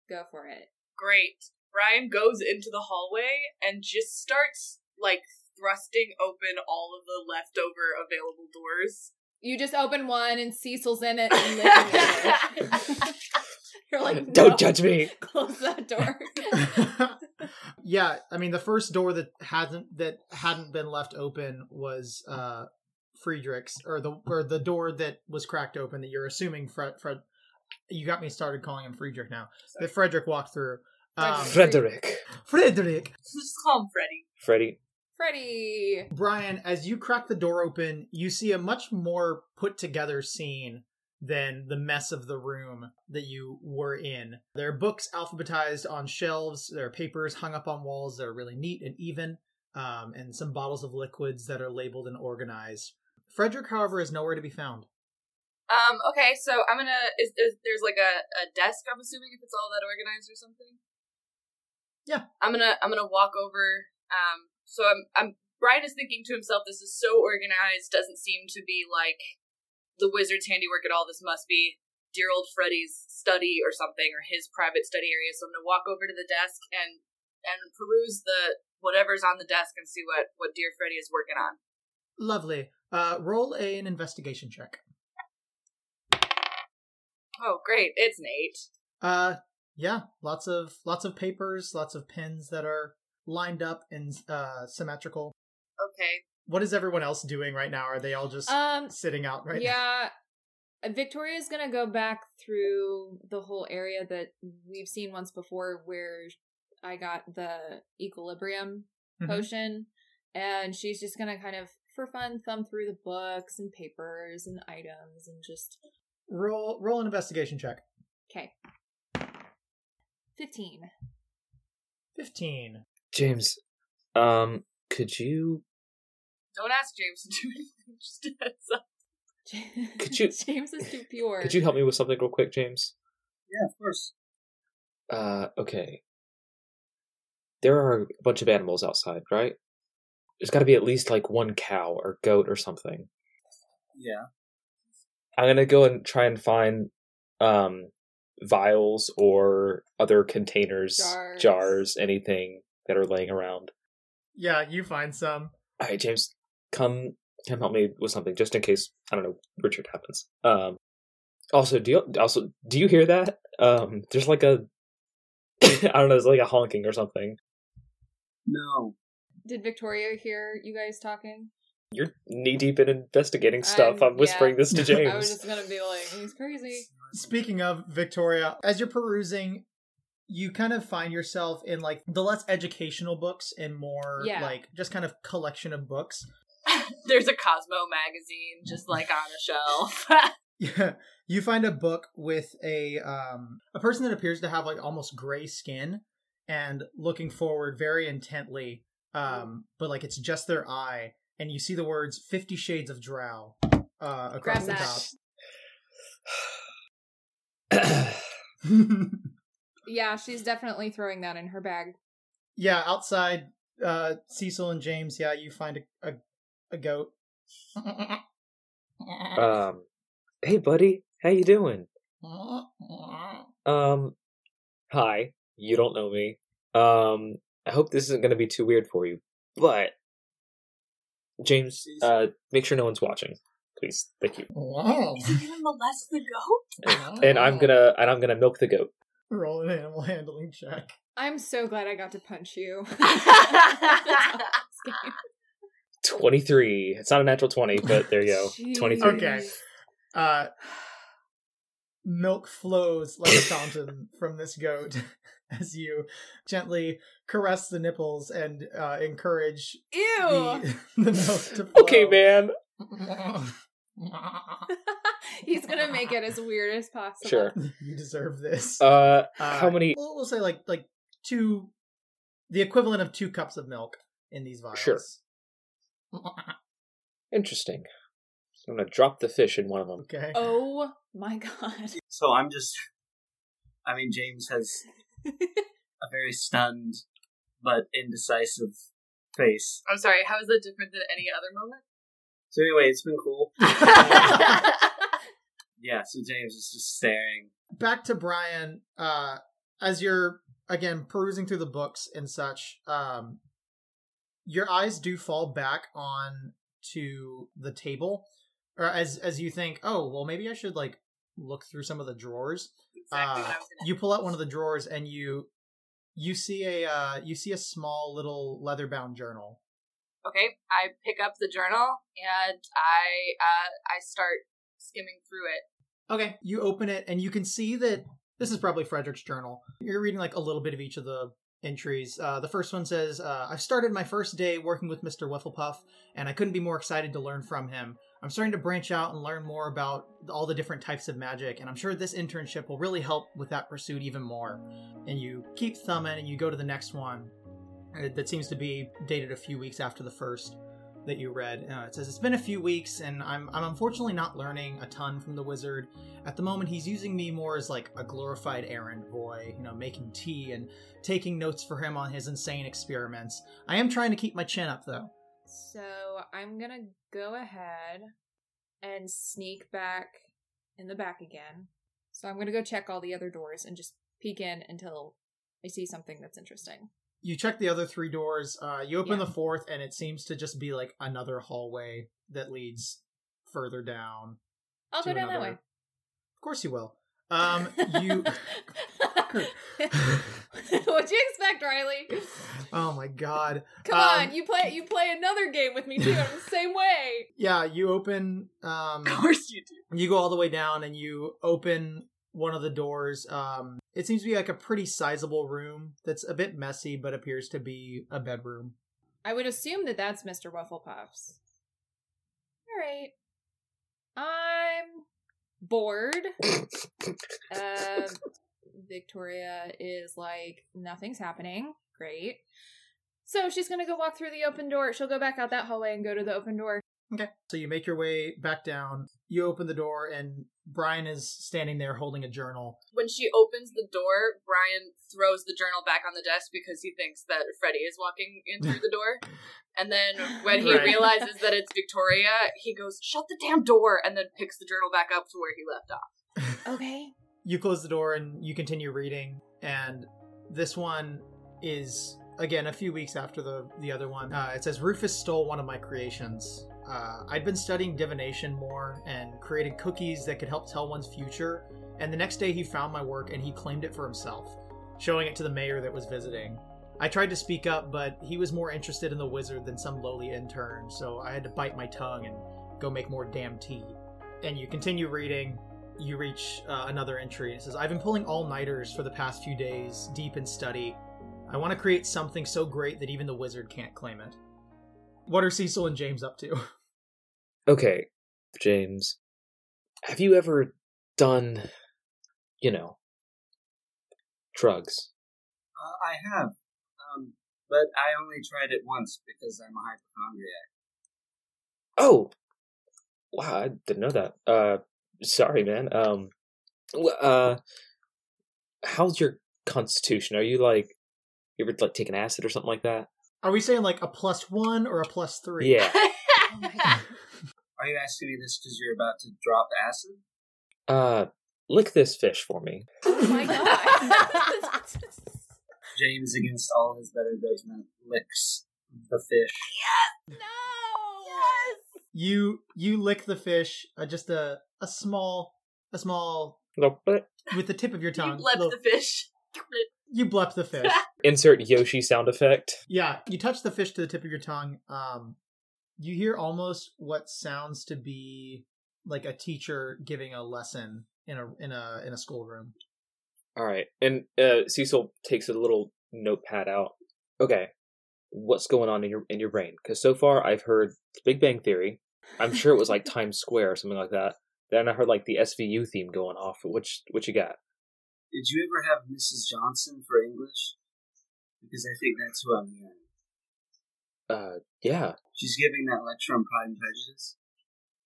[SPEAKER 3] Go for it.
[SPEAKER 4] Great. Brian goes into the hallway and just starts, like, thrusting open all of the leftover available doors.
[SPEAKER 3] You just open one and Cecil's in it. And looking at it. You're like,
[SPEAKER 2] Don't
[SPEAKER 3] "No,
[SPEAKER 2] judge me.
[SPEAKER 3] Close that door.
[SPEAKER 1] yeah, I mean the first door that hasn't that hadn't been left open was uh Friedrich's or the or the door that was cracked open that you're assuming Fred Fred you got me started calling him Friedrich now. That Frederick walked through. Um,
[SPEAKER 3] Fred-
[SPEAKER 2] Frederick.
[SPEAKER 1] Frederick.
[SPEAKER 4] Let's just call him Freddy.
[SPEAKER 2] Freddy.
[SPEAKER 3] Freddy.
[SPEAKER 1] Brian, as you crack the door open, you see a much more put together scene than the mess of the room that you were in. There are books alphabetized on shelves, there are papers hung up on walls that are really neat and even, um, and some bottles of liquids that are labeled and organized. Frederick, however, is nowhere to be found.
[SPEAKER 4] Um, okay, so I'm gonna. Is, is there's like a, a desk? I'm assuming if it's all that organized or something.
[SPEAKER 1] Yeah.
[SPEAKER 4] I'm gonna I'm gonna walk over. Um, so I'm I'm Brian is thinking to himself, this is so organized. Doesn't seem to be like the wizard's handiwork at all. This must be dear old Freddy's study or something, or his private study area. So I'm gonna walk over to the desk and and peruse the whatever's on the desk and see what what dear Freddy is working on.
[SPEAKER 1] Lovely. Uh, roll a, an investigation check.
[SPEAKER 4] Oh, great! It's an eight.
[SPEAKER 1] Uh, yeah, lots of lots of papers, lots of pens that are lined up and uh, symmetrical.
[SPEAKER 4] Okay,
[SPEAKER 1] What is everyone else doing right now? Are they all just
[SPEAKER 3] Um,
[SPEAKER 1] sitting out right now?
[SPEAKER 3] yeah. uh, Victoria's gonna go back through the whole area that we've seen once before where I got the equilibrium
[SPEAKER 2] Mm-hmm.
[SPEAKER 1] Mhm.
[SPEAKER 3] potion. And she's just gonna kind of, for fun, thumb through the books and papers and items and just,
[SPEAKER 1] Roll roll an investigation check.
[SPEAKER 3] okay. 15.
[SPEAKER 1] Fifteen.
[SPEAKER 2] James, um, could you
[SPEAKER 4] don't ask James to do anything. Just a heads up.
[SPEAKER 2] Could you-
[SPEAKER 3] James is too pure.
[SPEAKER 2] could you help me with something real quick, James?
[SPEAKER 5] Yeah, of course.
[SPEAKER 2] Uh, okay. There are a bunch of animals outside, right? There's got to be at least like one cow or goat or something.
[SPEAKER 5] Yeah.
[SPEAKER 2] I'm gonna go and try and find um vials or other containers,
[SPEAKER 3] Jars.
[SPEAKER 2] jars anything that are laying around.
[SPEAKER 1] Yeah, you find some.
[SPEAKER 2] All right, James, come come help me with something just in case I don't know Richard happens. Um, also, do you also do you hear that? Um, there's like a I don't know, it's like a honking or something.
[SPEAKER 5] No.
[SPEAKER 3] Did Victoria hear you guys talking?
[SPEAKER 2] You're knee deep in investigating stuff.
[SPEAKER 3] I'm-
[SPEAKER 2] I'm, whispering
[SPEAKER 3] yeah.
[SPEAKER 2] this to
[SPEAKER 1] I
[SPEAKER 2] James.
[SPEAKER 3] I was just gonna be like, he's crazy.
[SPEAKER 1] Speaking of Victoria, as you're perusing, you kind of find yourself in like the less educational books and more
[SPEAKER 3] Yeah.
[SPEAKER 1] like just kind of collection of books.
[SPEAKER 4] There's a Cosmo magazine just like on a shelf.
[SPEAKER 1] Yeah, you find a book with a um a person that appears to have like almost gray skin and looking forward very intently. Um, but like it's just their eye, and you see the words Fifty Shades of Drow uh, across
[SPEAKER 3] Grab that.
[SPEAKER 1] the top.
[SPEAKER 3] Yeah, she's definitely throwing that in her bag.
[SPEAKER 1] yeah, outside uh Cecil and James, yeah, you find a a, a goat.
[SPEAKER 2] um, hey, buddy, how you doing? Um, hi. You don't know me. Um, I hope this isn't going to be too weird for you, but James, uh, make sure no one's watching, please. Thank you.
[SPEAKER 4] Is he gonna molest the goat?
[SPEAKER 2] And I'm gonna and I'm gonna milk the goat.
[SPEAKER 1] roll an animal handling check.
[SPEAKER 3] I'm so glad I got to punch you.
[SPEAKER 2] Twenty three. It's not a natural twenty, but there you go. Twenty three.
[SPEAKER 1] Okay. Uh, milk flows like a fountain from this goat as you gently caress the nipples and uh, encourage
[SPEAKER 3] Ew.
[SPEAKER 1] the, the milk to flow.
[SPEAKER 2] Okay, man.
[SPEAKER 3] He's gonna make it as weird as possible.
[SPEAKER 2] Sure.
[SPEAKER 1] you deserve this.
[SPEAKER 2] Uh,
[SPEAKER 1] Uh,
[SPEAKER 2] how many?
[SPEAKER 1] We'll, we'll say like like two, the equivalent of two cups of milk in these vials.
[SPEAKER 2] Sure. Interesting. So I'm gonna drop the fish in one of them.
[SPEAKER 1] Okay.
[SPEAKER 3] Oh my god.
[SPEAKER 5] So I'm just. I mean, James has a very stunned but indecisive face.
[SPEAKER 4] I'm sorry, how is that different than any other moment?
[SPEAKER 5] So anyway, it's been cool. Yeah. So James is just staring.
[SPEAKER 1] Back to Brian. Uh, as you're again perusing through the books and such, um, your eyes do fall back on to the table, or as as you think, oh well, maybe I should like look through some of the drawers.
[SPEAKER 4] Exactly what I
[SPEAKER 1] Uh,
[SPEAKER 4] was
[SPEAKER 1] you pull out one of the drawers and you you see a uh, you see a small little leather bound journal.
[SPEAKER 4] Okay, I pick up the journal and I uh, I start skimming through it.
[SPEAKER 1] Okay. You open it and you can see that this is probably Frederick's journal. You're reading like a little bit of each of the entries. Uh, the first one says, uh, I've started my first day working with Mr. Wifflepuff, and I couldn't be more excited to learn from him. I'm starting to branch out and learn more about all the different types of magic, and I'm sure this internship will really help with that pursuit even more. And you keep thumbing and you go to the next one uh, that seems to be dated a few weeks after the first that you read. Uh, it says, It's been a few weeks, and I'm, I'm unfortunately not learning a ton from the wizard. At the moment, he's using me more as like a glorified errand boy, you know, making tea and taking notes for him on his insane experiments. I am trying to keep my chin up, though.
[SPEAKER 3] So I'm gonna go ahead and sneak back in the back again. So I'm gonna go check all the other doors and just peek in until I see something that's interesting.
[SPEAKER 1] You check the other three doors, uh, you open
[SPEAKER 3] Yeah.
[SPEAKER 1] the fourth, and it seems to just be like another hallway that leads further down.
[SPEAKER 3] I'll
[SPEAKER 1] to
[SPEAKER 3] go down
[SPEAKER 1] another-
[SPEAKER 3] that way.
[SPEAKER 1] Of course, you will. Um, you.
[SPEAKER 3] What'd you expect, Riley?
[SPEAKER 1] oh my god.
[SPEAKER 3] Come
[SPEAKER 1] Um,
[SPEAKER 3] on, you play you play another game with me too. I'm the same way.
[SPEAKER 1] Yeah, you open. Um,
[SPEAKER 4] Of course you do.
[SPEAKER 1] you go all the way down and you open one of the doors um it seems to be like a pretty sizable room that's a bit messy but appears to be a bedroom
[SPEAKER 3] I would assume that that's Mr. Waffle Puffs. All right. I'm bored. Um Victoria is like, nothing's happening. Great. So she's going to go walk through the open door. She'll go back out that hallway and go to the open door.
[SPEAKER 1] okay so you make your way back down you open the door and brian is standing there holding a journal
[SPEAKER 4] When she opens the door, Brian throws the journal back on the desk because he thinks that Freddy is walking in through the door. And then when he
[SPEAKER 1] Right.
[SPEAKER 4] realizes that it's Victoria, he goes, "Shut the damn door!" and then picks the journal back up to where he left off.
[SPEAKER 3] Okay.
[SPEAKER 1] you close the door and you continue reading and this one is again a few weeks after the the other one uh, it says rufus stole one of my creations uh, i'd been studying divination more and created cookies that could help tell one's future and the next day he found my work and he claimed it for himself showing it to the mayor that was visiting i tried to speak up but he was more interested in the wizard than some lowly intern so i had to bite my tongue and go make more damn tea and you continue reading you reach uh, another entry. It says, I've been pulling all nighters for the past few days, deep in study. I want to create something so great that even the wizard can't claim it. What are Cecil and James up to?
[SPEAKER 2] Okay, James, have you ever done, you know, drugs?
[SPEAKER 5] Uh, I have, um, but I only tried it once because I'm a hypochondriac.
[SPEAKER 2] Oh, wow! I didn't know that. Uh, sorry, man. Um, wh- uh, how's your constitution? Are you like, you ever like taking acid or something like that?
[SPEAKER 1] Are we saying like a plus one or a plus three?
[SPEAKER 2] Yeah.
[SPEAKER 3] Oh my God.
[SPEAKER 5] Are you asking me this because you're about to drop acid?
[SPEAKER 2] Uh, lick this fish for me.
[SPEAKER 3] Oh my God.
[SPEAKER 5] James, against all his better judgment, licks the fish.
[SPEAKER 3] no.
[SPEAKER 1] You you lick the fish, uh, just a a small a small
[SPEAKER 2] Little blip.
[SPEAKER 1] with the tip of your tongue.
[SPEAKER 4] You left
[SPEAKER 1] little-
[SPEAKER 4] the fish.
[SPEAKER 1] you blep the fish.
[SPEAKER 2] Insert Yoshi sound effect.
[SPEAKER 1] Yeah, you touch the fish to the tip of your tongue. Um, you hear almost what sounds to be like a teacher giving a lesson in a in a in a schoolroom.
[SPEAKER 2] All right, and uh, Cecil takes a little notepad out. Okay, what's going on in your in your brain? Because so far I've heard the Big Bang Theory, I'm sure it was like Times Square or something like that. Then I heard like the SVU theme going off. Which what you got?
[SPEAKER 5] Did you ever have Mrs. Johnson for English? Because I think that's who I'm hearing.
[SPEAKER 2] Uh, yeah,
[SPEAKER 5] She's giving that lecture on Pride and Prejudice.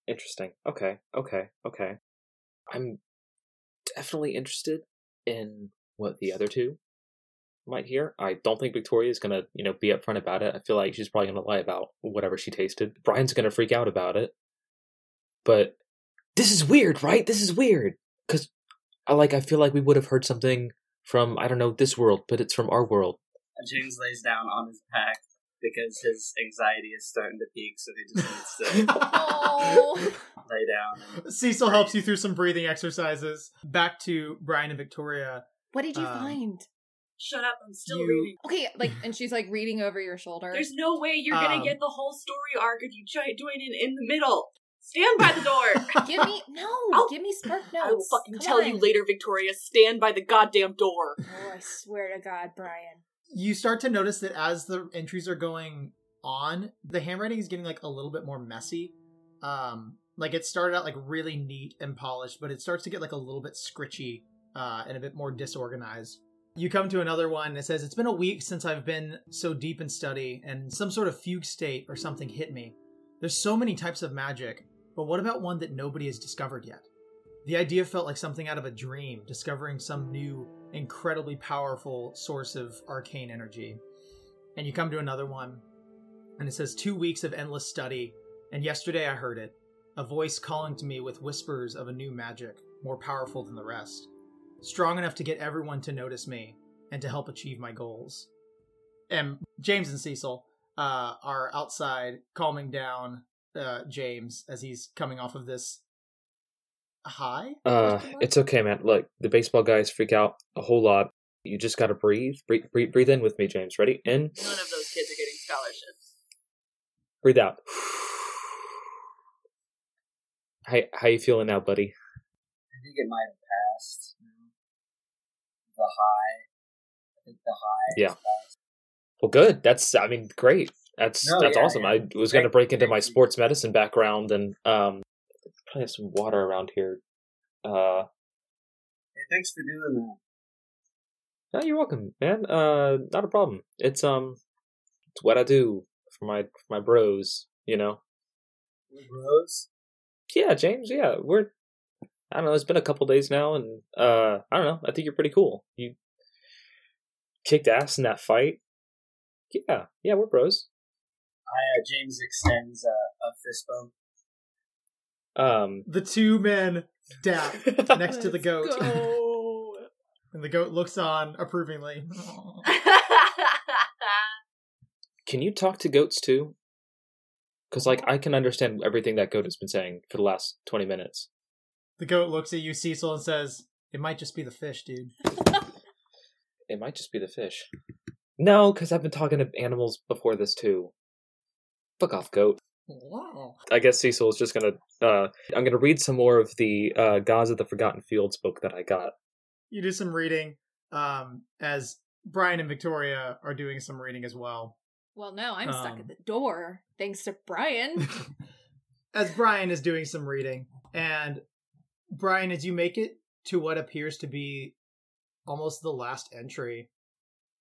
[SPEAKER 2] interesting. Okay, okay, okay. I'm definitely interested in what the other two might hear. I don't think Victoria's gonna, you know, be upfront about it. I feel like she's probably gonna lie about whatever she tasted. Brian's gonna freak out about it. But this is weird, right? This is weird because I like. I feel like we would have heard something from I don't know this world, but it's from our world.
[SPEAKER 5] And James lays down on his pack because his anxiety is starting to peak, so he just needs to
[SPEAKER 6] Oh.
[SPEAKER 5] lay down. and-
[SPEAKER 1] Cecil helps you through some breathing exercises. Back to Brian and Victoria.
[SPEAKER 3] What did you
[SPEAKER 1] Um,
[SPEAKER 3] find?
[SPEAKER 4] Shut up, I'm still
[SPEAKER 1] You-
[SPEAKER 4] reading.
[SPEAKER 3] Okay,
[SPEAKER 6] like, and she's like reading over your shoulder.
[SPEAKER 4] There's no way you're
[SPEAKER 1] Um,
[SPEAKER 4] gonna get the whole story arc if you try join in in the middle. Stand by the door.
[SPEAKER 3] give me no,
[SPEAKER 4] I'll-
[SPEAKER 3] give me spark notes.
[SPEAKER 4] I will fucking
[SPEAKER 3] Come
[SPEAKER 4] tell you
[SPEAKER 3] on.
[SPEAKER 4] later, Victoria. Stand by the goddamn door.
[SPEAKER 3] Oh, I swear to God, Brian.
[SPEAKER 1] You start to notice that as the entries are going on, the handwriting is getting like a little bit more messy. Um, like it started out like really neat and polished, but it starts to get like a little bit scritchy uh, and a bit more disorganized. You come to another one that says, It's been a week since I've been so deep in study, and some sort of fugue state or something hit me. There's so many types of magic, but what about one that nobody has discovered yet? The idea felt like something out of a dream, discovering some new, incredibly powerful source of arcane energy. And you come to another one, and it says, Two weeks of endless study, and yesterday I heard it a voice calling to me with whispers of a new magic, more powerful than the rest, strong enough to get everyone to notice me and to help achieve my goals. And James and Cecil uh, are outside calming down uh, James as he's coming off of this high.
[SPEAKER 2] Uh,
[SPEAKER 3] Question mark?
[SPEAKER 2] it's okay, man. Look, the baseball guys freak out a whole lot. You just gotta breathe. Breathe, breathe, breathe in with me, James. Ready? In,
[SPEAKER 4] None of those kids are getting scholarships.
[SPEAKER 2] breathe out. How how you feeling now, buddy?
[SPEAKER 5] I think it might have passed. you know. The high. I think the high.
[SPEAKER 2] Yeah. Well, good. That's I mean, great. That's
[SPEAKER 5] No,
[SPEAKER 2] that's
[SPEAKER 5] yeah,
[SPEAKER 2] awesome.
[SPEAKER 5] yeah.
[SPEAKER 2] I was gonna
[SPEAKER 5] Thank-
[SPEAKER 2] break into
[SPEAKER 5] thank
[SPEAKER 2] my
[SPEAKER 5] you.
[SPEAKER 2] sports medicine background and um, probably have some water around here. Uh,
[SPEAKER 5] Hey, thanks for doing that.
[SPEAKER 2] no, you're welcome, man. Uh, not a problem. It's um, it's what I do for my for my bros. You know.
[SPEAKER 5] We're bros.
[SPEAKER 2] yeah, James, yeah, we're I don't know, it's been a couple days now and uh I don't know, I think you're pretty cool. You kicked ass in that fight. Yeah, yeah, we're bros.
[SPEAKER 5] I, uh, James extends uh, a fist bump.
[SPEAKER 2] Um
[SPEAKER 1] The two men dap next to the
[SPEAKER 6] Let's
[SPEAKER 1] goat,
[SPEAKER 6] go.
[SPEAKER 1] and the goat looks on approvingly.
[SPEAKER 2] Can you talk to goats too? Cuz like I can understand everything that goat has been saying for the last 20 minutes.
[SPEAKER 1] the goat looks at you, Cecil, and says, "It might just be the fish, dude."
[SPEAKER 2] It might just be the fish. No, cuz I've been talking to animals before this too. Fuck off, goat.
[SPEAKER 1] Wow.
[SPEAKER 2] I guess Cecil is just gonna. Uh, I'm gonna read some more of the uh, Gods of the Forgotten Fields book that I got.
[SPEAKER 1] You do some reading, um, as Brian and Victoria are doing some reading as well.
[SPEAKER 6] Well, no, I'm stuck
[SPEAKER 1] Um.
[SPEAKER 6] at the door thanks to Brian.
[SPEAKER 1] as Brian is doing some reading, and Brian, as you make it to what appears to be almost the last entry,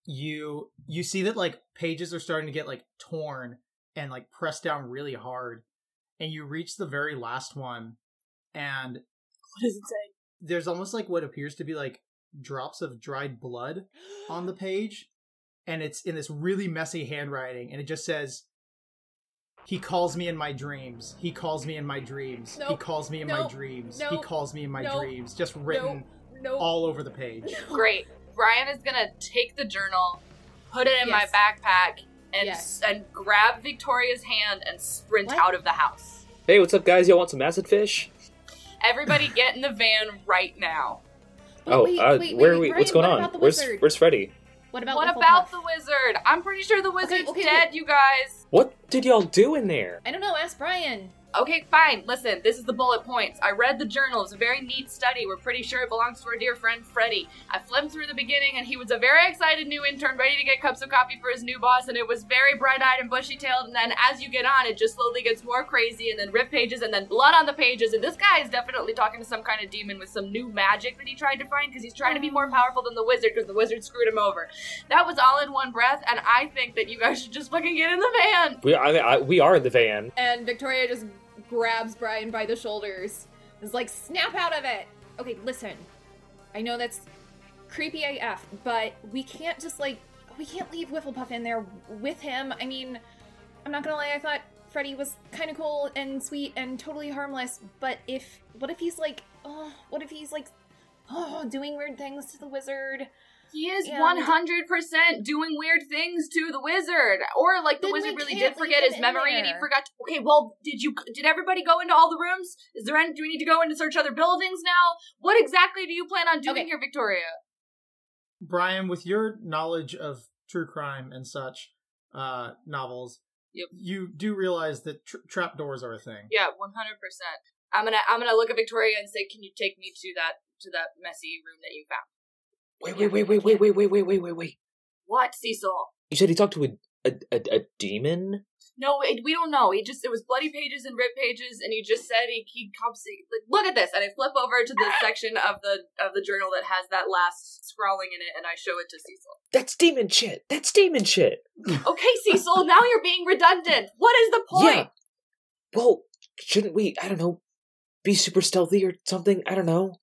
[SPEAKER 1] you you see that like pages are starting to get like torn and like pressed down really hard, and you reach the very last one, and
[SPEAKER 4] what does it say?
[SPEAKER 1] there's almost like what appears to be like drops of dried blood on the page and it's in this really messy handwriting and it just says he calls me in my dreams he calls me in my dreams he
[SPEAKER 6] Nope.
[SPEAKER 1] calls me in my
[SPEAKER 6] Nope.
[SPEAKER 1] dreams he
[SPEAKER 6] Nope.
[SPEAKER 1] calls me in my
[SPEAKER 6] Nope.
[SPEAKER 1] dreams just written
[SPEAKER 6] no.
[SPEAKER 1] all over the page
[SPEAKER 4] Great. Brian is gonna take the journal, put it in
[SPEAKER 6] Yes.
[SPEAKER 4] my backpack, and
[SPEAKER 6] Yes.
[SPEAKER 4] and grab Victoria's hand and sprint
[SPEAKER 6] What?
[SPEAKER 4] out of the house.
[SPEAKER 2] Hey, what's up, guys? Y'all want some acid fish?
[SPEAKER 4] Everybody, get in the van right now.
[SPEAKER 6] But
[SPEAKER 2] oh,
[SPEAKER 6] wait,
[SPEAKER 2] uh,
[SPEAKER 6] wait,
[SPEAKER 2] where
[SPEAKER 6] wait,
[SPEAKER 2] are we?
[SPEAKER 6] Brian,
[SPEAKER 2] what's going
[SPEAKER 6] what
[SPEAKER 2] on?
[SPEAKER 6] about the
[SPEAKER 2] Where's
[SPEAKER 6] wizard?
[SPEAKER 2] Where's Freddy?
[SPEAKER 6] What about
[SPEAKER 4] what
[SPEAKER 6] Wiffle
[SPEAKER 4] about
[SPEAKER 6] Puff?
[SPEAKER 4] the wizard? I'm pretty sure the wizard's
[SPEAKER 6] okay,
[SPEAKER 4] dead, you guys.
[SPEAKER 2] What did y'all do in there?
[SPEAKER 6] I don't know. Ask Brian.
[SPEAKER 4] Okay, fine. Listen, this is the bullet points. I read the journal. It's a very neat study. We're pretty sure it belongs to our dear friend Freddie. I flimmed through the beginning, and he was a very excited new intern ready to get cups of coffee for his new boss, and it was very bright eyed and bushy tailed. And then as you get on, it just slowly gets more crazy, and then ripped pages, and then blood on the pages. And this guy is definitely talking to some kind of demon with some new magic that he tried to find because he's trying to be more powerful than the wizard because the wizard screwed him over. That was all in one breath, and I think that you guys should just fucking get in the van.
[SPEAKER 2] We, I mean, I, we are in the van.
[SPEAKER 3] And Victoria just grabs Brian by the shoulders. Is like, snap out of it. Okay, listen. I know that's creepy AF, but we can't just like we can't leave Wifflepuff in there with him. I mean, I'm not gonna lie, I thought Freddy was kind of cool and sweet and totally harmless, but if what if he's like, oh, what if he's like, oh, doing weird things to the wizard?
[SPEAKER 4] He is
[SPEAKER 3] And-
[SPEAKER 4] one hundred percent doing weird things to the wizard, or like the
[SPEAKER 3] Then
[SPEAKER 4] wizard
[SPEAKER 3] we
[SPEAKER 4] really
[SPEAKER 3] can't
[SPEAKER 4] did forget
[SPEAKER 3] leave him
[SPEAKER 4] his
[SPEAKER 3] in
[SPEAKER 4] memory and he
[SPEAKER 3] there.
[SPEAKER 4] forgot. To, okay, well, did you? Did everybody go into all the rooms? Is there any? Do we need to go in to search other buildings now? What exactly do you plan on doing
[SPEAKER 3] Okay.
[SPEAKER 4] here, Victoria?
[SPEAKER 1] Brian, with your knowledge of true crime and such uh, novels,
[SPEAKER 4] Yep.
[SPEAKER 1] you do realize that tr- trapdoors are a thing.
[SPEAKER 4] Yeah, one hundred percent. I'm gonna I'm gonna look at Victoria and say, "Can you take me to that to that messy room that you found?"
[SPEAKER 2] Wait, wait, wait, wait, wait, wait, wait, wait, wait, wait, wait.
[SPEAKER 4] What, Cecil?
[SPEAKER 2] You said he talked to a a, a, a demon.
[SPEAKER 4] No, it, we don't know. He just it was bloody pages and ripped pages, and he just said he he comes. Like, look at this, and I flip over to the section of the of the journal that has that last scrawling in it, and I show it to Cecil.
[SPEAKER 2] That's demon shit. That's demon shit.
[SPEAKER 4] Okay, Cecil, now you're being redundant. What is the point?
[SPEAKER 2] Yeah. Well, shouldn't we? I don't know. Be super stealthy or something. I don't know.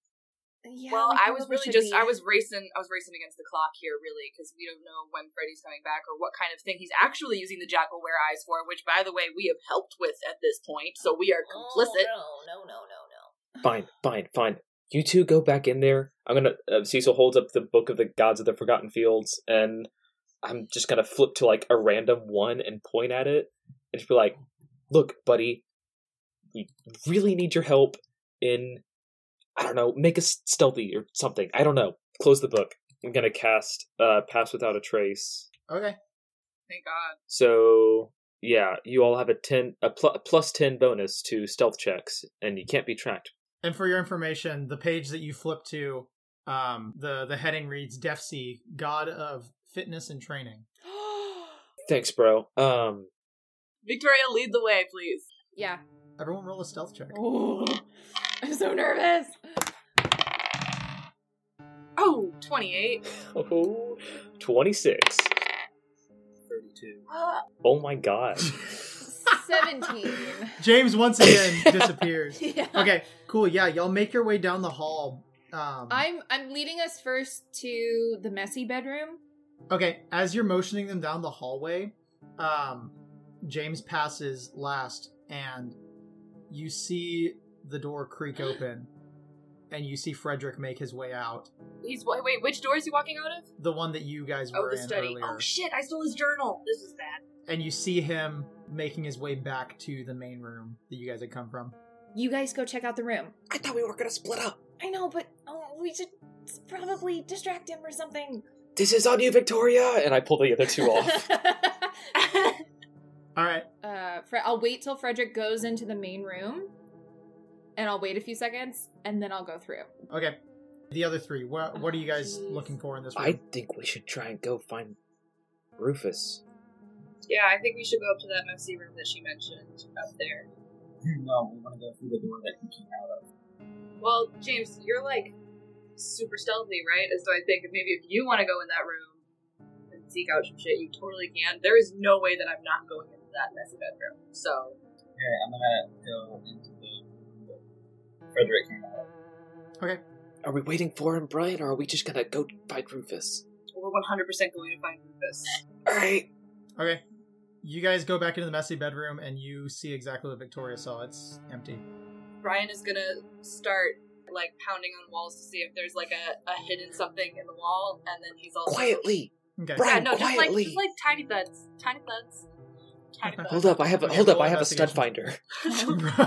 [SPEAKER 3] Yeah,
[SPEAKER 4] well,
[SPEAKER 3] we
[SPEAKER 4] I was
[SPEAKER 3] probably
[SPEAKER 4] really
[SPEAKER 3] should
[SPEAKER 4] just
[SPEAKER 3] be.
[SPEAKER 4] I was racing I was racing against the clock here, really, because we don't know when Freddy's coming back or what kind of thing he's actually using the jackal wear eyes for. Which, by the way, we have helped with at this point, so we are complicit.
[SPEAKER 3] Oh, no, no, no, no,
[SPEAKER 2] Fine, fine, fine. You two go back in there. I'm gonna. Uh, Cecil holds up the book of the gods of the forgotten fields, and I'm just gonna flip to like a random one and point at it, and just be like, "Look, buddy, we really need your help in, I don't know, make us stealthy or something. I don't know. Close the book. I'm gonna cast uh, pass without a trace.
[SPEAKER 1] Okay.
[SPEAKER 4] Thank God.
[SPEAKER 2] So yeah, you all have a ten, a, pl- a plus ten bonus to stealth checks, and you can't be tracked.
[SPEAKER 1] And for your information, the page that you flip to, um, the the heading reads "Defsi, God of Fitness and Training."
[SPEAKER 3] no.
[SPEAKER 2] Thanks, bro. Um.
[SPEAKER 4] Victoria, lead the way, please.
[SPEAKER 3] yeah.
[SPEAKER 1] Everyone, roll a stealth check.
[SPEAKER 3] I'm so nervous.
[SPEAKER 4] Oh, 28.
[SPEAKER 2] Oh, 26.
[SPEAKER 5] 32.
[SPEAKER 2] Oh my god.
[SPEAKER 3] 17.
[SPEAKER 1] James once again disappears.
[SPEAKER 3] yeah.
[SPEAKER 1] Okay, cool. Yeah, y'all make your way down the hall. Um,
[SPEAKER 3] I'm I'm leading us first to the messy bedroom.
[SPEAKER 1] Okay, as you're motioning them down the hallway, um, James passes last, and you see the door creak open, and you see Frederick make his way out.
[SPEAKER 4] He's wait, wait, which door is he walking out of?
[SPEAKER 1] The one that you guys
[SPEAKER 4] Oh,
[SPEAKER 1] were
[SPEAKER 4] the
[SPEAKER 1] in
[SPEAKER 4] study.
[SPEAKER 1] earlier,
[SPEAKER 4] Oh shit, I stole his journal. This is bad.
[SPEAKER 1] and you see him making his way back to the main room that you guys had come from.
[SPEAKER 3] You guys go check out the room.
[SPEAKER 2] I thought we were gonna split up.
[SPEAKER 3] I know, but oh, we should probably distract him or something.
[SPEAKER 2] This is on you, Victoria! And I pull the other two off.
[SPEAKER 1] All right,
[SPEAKER 3] uh, Fre- I'll wait till Frederick goes into the main room, and I'll wait a few seconds, and then I'll go through.
[SPEAKER 1] okay. The other three. What What are you guys
[SPEAKER 3] Jeez.
[SPEAKER 1] looking for in this room?
[SPEAKER 2] I think we should try and go find Rufus.
[SPEAKER 4] Yeah, I think we should go up to that messy room that she mentioned up there.
[SPEAKER 5] No, we want to go through the door that he came out of.
[SPEAKER 4] Well, James, you're like super stealthy, right? And so I think maybe if you want to go in that room and seek out some shit, you totally can. There is no way that I'm not going into that messy bedroom. So,
[SPEAKER 5] Okay, I'm gonna go into the room that Frederick came out of.
[SPEAKER 2] Are we waiting for him, Brian, or are we just gonna go find Rufus?
[SPEAKER 4] we're 100% going to find Rufus.
[SPEAKER 2] Alright.
[SPEAKER 1] Okay. You guys go back into the messy bedroom and you see exactly what Victoria saw. It's empty.
[SPEAKER 4] Brian is gonna start like pounding on walls to see if there's like a, a hidden something in the wall, and then he's also
[SPEAKER 2] Quietly!
[SPEAKER 1] Okay.
[SPEAKER 4] Yeah,
[SPEAKER 2] Brian,
[SPEAKER 4] no, just like
[SPEAKER 2] quietly!
[SPEAKER 4] just like tiny thuds, tiny thuds, tiny thuds.
[SPEAKER 2] Hold up, I have a,
[SPEAKER 1] Okay,
[SPEAKER 2] hold up,
[SPEAKER 1] roll
[SPEAKER 2] I have a stud
[SPEAKER 1] investigation.
[SPEAKER 2] finder.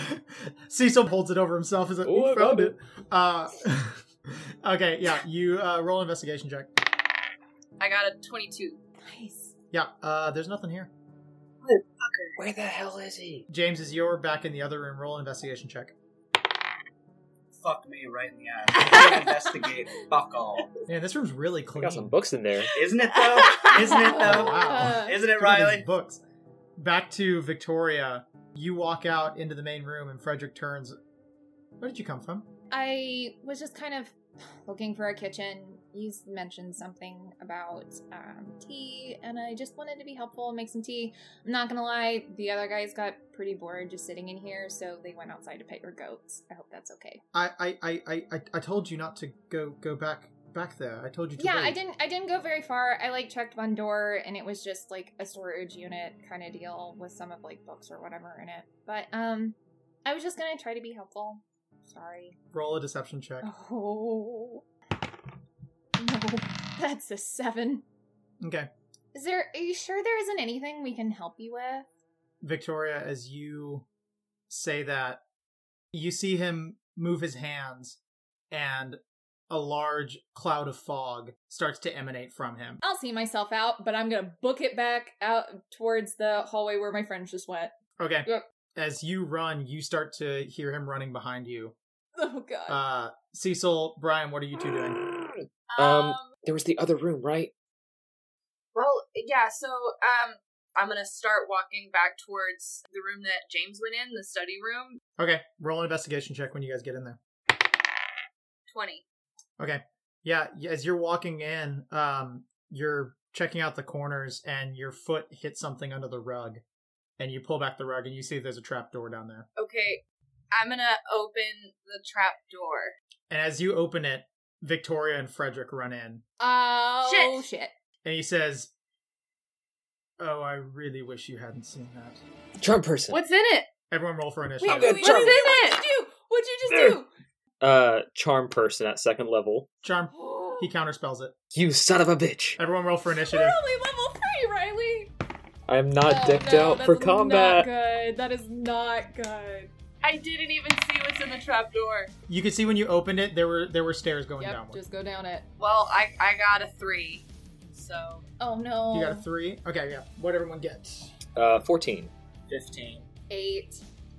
[SPEAKER 1] Cecil holds it over himself. He's like,
[SPEAKER 2] Oh,
[SPEAKER 1] "We
[SPEAKER 2] I
[SPEAKER 1] found
[SPEAKER 2] got
[SPEAKER 1] it." Uh, okay, yeah. You uh, roll investigation check.
[SPEAKER 4] I got a twenty-two.
[SPEAKER 3] Nice.
[SPEAKER 1] Yeah. Uh, there's nothing here.
[SPEAKER 2] Where the hell is he?
[SPEAKER 1] James, is you're back in the other room, roll an investigation check.
[SPEAKER 5] Fuck me right in the eye. I can't investigate. Fuck all.
[SPEAKER 1] Man, this room's really
[SPEAKER 2] I
[SPEAKER 1] clean.
[SPEAKER 2] got some books in there.
[SPEAKER 5] Isn't it though? Isn't it
[SPEAKER 1] Oh,
[SPEAKER 5] though?
[SPEAKER 1] wow.
[SPEAKER 3] Uh,
[SPEAKER 5] Isn't it,
[SPEAKER 1] Look at these
[SPEAKER 5] Riley?
[SPEAKER 1] books. Back to Victoria. You walk out into the main room, and Frederick turns. Where did you come from?
[SPEAKER 3] I was just kind of looking for a kitchen. You mentioned something about um, tea, and I just wanted to be helpful and make some tea. I'm not gonna lie, the other guys got pretty bored just sitting in here, so they went outside to pet your goats. I hope that's okay.
[SPEAKER 1] I I I I, I- I told you not to go go back back there. I told you to.
[SPEAKER 3] Yeah,
[SPEAKER 1] wait.
[SPEAKER 3] I didn't. I didn't go very far. I like checked one door, and it was just like a storage unit kind of deal with some of like books or whatever in it. But um, I was just gonna try to be helpful. Sorry.
[SPEAKER 1] Roll a deception check.
[SPEAKER 3] Oh. No, that's a seven.
[SPEAKER 1] Okay,
[SPEAKER 3] Is there, are you sure there isn't anything we can help you with?
[SPEAKER 1] Victoria, as you say that, you see him move his hands, and a large cloud of fog starts to emanate from him.
[SPEAKER 3] I'll see myself out, but I'm gonna book it back out towards the hallway where my friends just went.
[SPEAKER 1] Okay.
[SPEAKER 3] Yep.
[SPEAKER 1] As you run, you start to hear him running behind you.
[SPEAKER 3] Oh god.
[SPEAKER 1] Uh, Cecil, Brian, what are you two doing?
[SPEAKER 2] Um, there was the other room, right?
[SPEAKER 4] Well, yeah, so um I'm gonna start walking back towards the room that James went in, the study room.
[SPEAKER 1] Okay, roll an investigation check when you guys get in there.
[SPEAKER 4] Twenty.
[SPEAKER 1] Yeah, y- as you're walking in, um, you're checking out the corners, and your foot hits something under the rug, and you pull back the rug, and you see there's a trap door down there.
[SPEAKER 4] Okay. I'm gonna open the trap door.
[SPEAKER 1] And as you open it, Victoria and Frederick run in,
[SPEAKER 3] oh
[SPEAKER 4] shit.
[SPEAKER 3] shit.
[SPEAKER 1] and he says, "Oh, I really wish you hadn't seen that."
[SPEAKER 2] Charm person.
[SPEAKER 4] What's in it?
[SPEAKER 1] Everyone, roll for
[SPEAKER 3] Wait,
[SPEAKER 1] initiative.
[SPEAKER 2] I'm
[SPEAKER 3] wait,
[SPEAKER 2] gonna
[SPEAKER 3] wait,
[SPEAKER 2] jump.
[SPEAKER 3] what did you just do? What'd you just do?
[SPEAKER 2] Uh, charm person at second level.
[SPEAKER 1] Charm. He counterspells it.
[SPEAKER 2] You son of a bitch!
[SPEAKER 1] Everyone, roll for
[SPEAKER 3] We're
[SPEAKER 1] initiative.
[SPEAKER 3] only level three, Riley.
[SPEAKER 2] I'm not
[SPEAKER 3] Oh,
[SPEAKER 2] decked
[SPEAKER 3] no,
[SPEAKER 2] out for
[SPEAKER 3] that's Not
[SPEAKER 2] combat.
[SPEAKER 3] good. That is not good.
[SPEAKER 4] I didn't even see what's in the trap door.
[SPEAKER 1] You could see when you opened it, there were there were stairs going
[SPEAKER 3] Yep,
[SPEAKER 1] downward.
[SPEAKER 3] just go down it.
[SPEAKER 4] Well, I I got a three. So
[SPEAKER 3] Oh no.
[SPEAKER 1] You got a three. Okay, yeah. What everyone gets.
[SPEAKER 2] Uh, fourteen.
[SPEAKER 5] Fifteen.
[SPEAKER 3] Eight.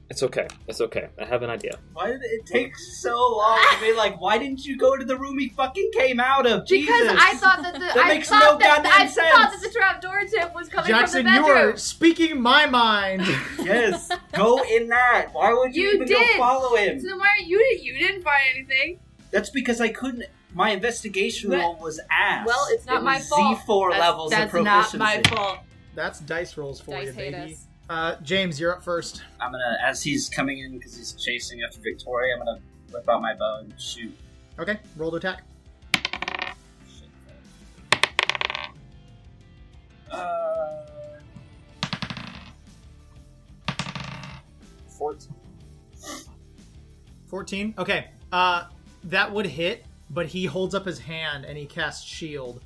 [SPEAKER 2] It's okay. It's okay. I have an idea.
[SPEAKER 5] Why did it take so long to be like? Why didn't you go to the room he fucking came out of?
[SPEAKER 4] Because
[SPEAKER 5] Jesus.
[SPEAKER 4] I thought that the
[SPEAKER 5] That
[SPEAKER 4] I
[SPEAKER 5] makes
[SPEAKER 4] thought
[SPEAKER 5] no
[SPEAKER 4] that
[SPEAKER 5] goddamn
[SPEAKER 4] I thought that
[SPEAKER 5] sense.
[SPEAKER 4] the trap door tip was coming
[SPEAKER 1] Jackson,
[SPEAKER 4] from
[SPEAKER 1] you
[SPEAKER 4] the bedroom.
[SPEAKER 1] are speaking my mind.
[SPEAKER 5] yes, go in that. Why would you,
[SPEAKER 4] You
[SPEAKER 5] even
[SPEAKER 4] did.
[SPEAKER 5] go follow him?
[SPEAKER 4] So then why are you you didn't find anything?
[SPEAKER 5] That's because I couldn't. My investigation
[SPEAKER 4] Well-
[SPEAKER 5] roll was ass.
[SPEAKER 4] well, it's not
[SPEAKER 5] It
[SPEAKER 4] my
[SPEAKER 5] was
[SPEAKER 4] fault.
[SPEAKER 5] Z four levels
[SPEAKER 4] that's,
[SPEAKER 5] of
[SPEAKER 4] not
[SPEAKER 5] proficiency.
[SPEAKER 4] my fault.
[SPEAKER 1] That's dice rolls for
[SPEAKER 3] Dice
[SPEAKER 1] you,
[SPEAKER 3] hate
[SPEAKER 1] baby.
[SPEAKER 3] us.
[SPEAKER 1] Uh, James, you're up first.
[SPEAKER 5] I'm gonna, as he's coming in because he's chasing after Victoria, I'm gonna whip out my bow and shoot.
[SPEAKER 1] Okay, roll to attack.
[SPEAKER 5] Uh,
[SPEAKER 2] Fourteen.
[SPEAKER 1] Fourteen. Okay. Uh, that would hit, but he holds up his hand and he casts shield.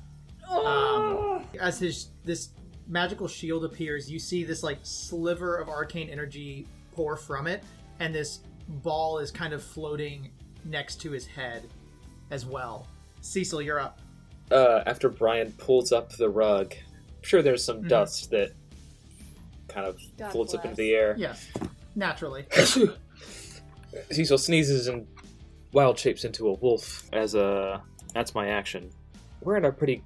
[SPEAKER 4] Oh.
[SPEAKER 1] Um, as his this magical shield appears, you see this like sliver of arcane energy pour from it, and this ball is kind of floating next to his head as well. Cecil, you're up.
[SPEAKER 2] uh, after Brian pulls up the rug, I'm sure there's some
[SPEAKER 1] Mhm.
[SPEAKER 2] dust that kind of
[SPEAKER 3] God
[SPEAKER 2] floats up
[SPEAKER 3] bless.
[SPEAKER 2] into the air.
[SPEAKER 1] Yes, naturally.
[SPEAKER 2] Cecil sneezes and wild shapes into a wolf as a. That's my action. We're in a pretty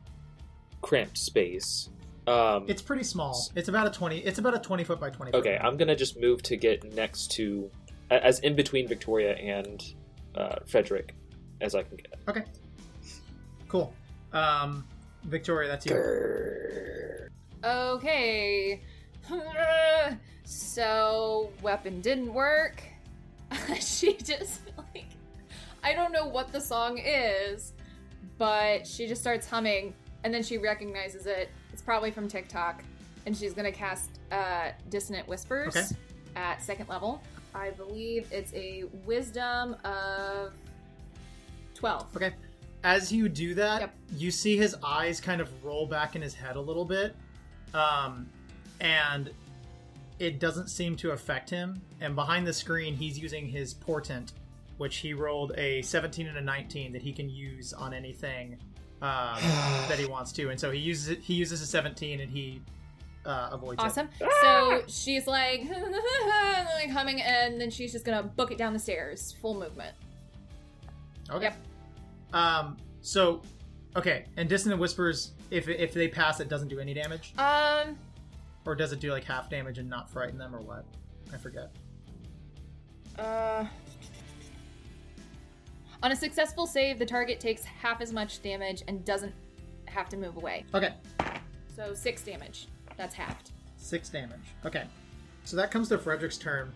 [SPEAKER 2] cramped space. Um,
[SPEAKER 1] It's pretty small. It's about a twenty. It's about a twenty foot by twenty. Foot.
[SPEAKER 2] okay, I'm gonna just move to get next to, a- as in between Victoria and uh, Frederick, as I can get.
[SPEAKER 1] Cool. Um, Victoria, that's you.
[SPEAKER 3] Okay. So weapon didn't work. she just like I don't know what the song is, but she just starts humming and then she recognizes it. It's probably from TikTok and she's going to cast uh dissonant whispers
[SPEAKER 1] Okay.
[SPEAKER 3] at second level. I believe it's a wisdom of 12.
[SPEAKER 1] Okay. As you do that,
[SPEAKER 3] Yep.
[SPEAKER 1] you see his eyes kind of roll back in his head a little bit, um, and it doesn't seem to affect him. And behind the screen, he's using his portent, which he rolled a 17 and a 19 that he can use on anything um, that he wants to. And so he uses it, he uses a 17 and he uh, avoids it.
[SPEAKER 3] Awesome. So she's like, like humming, and then she's just gonna book it down the stairs, full movement.
[SPEAKER 1] Okay.
[SPEAKER 3] Yep.
[SPEAKER 1] Um. So, okay. And dissonant whispers, if if they pass, it doesn't do any damage,
[SPEAKER 3] Um,
[SPEAKER 1] or does it do like half damage and not frighten them, or what? I forget.
[SPEAKER 3] uh, on a successful save, the target takes half as much damage and doesn't have to move away.
[SPEAKER 1] Okay.
[SPEAKER 3] So six damage. That's halved.
[SPEAKER 1] Six damage. Okay. So that comes to Frederick's turn,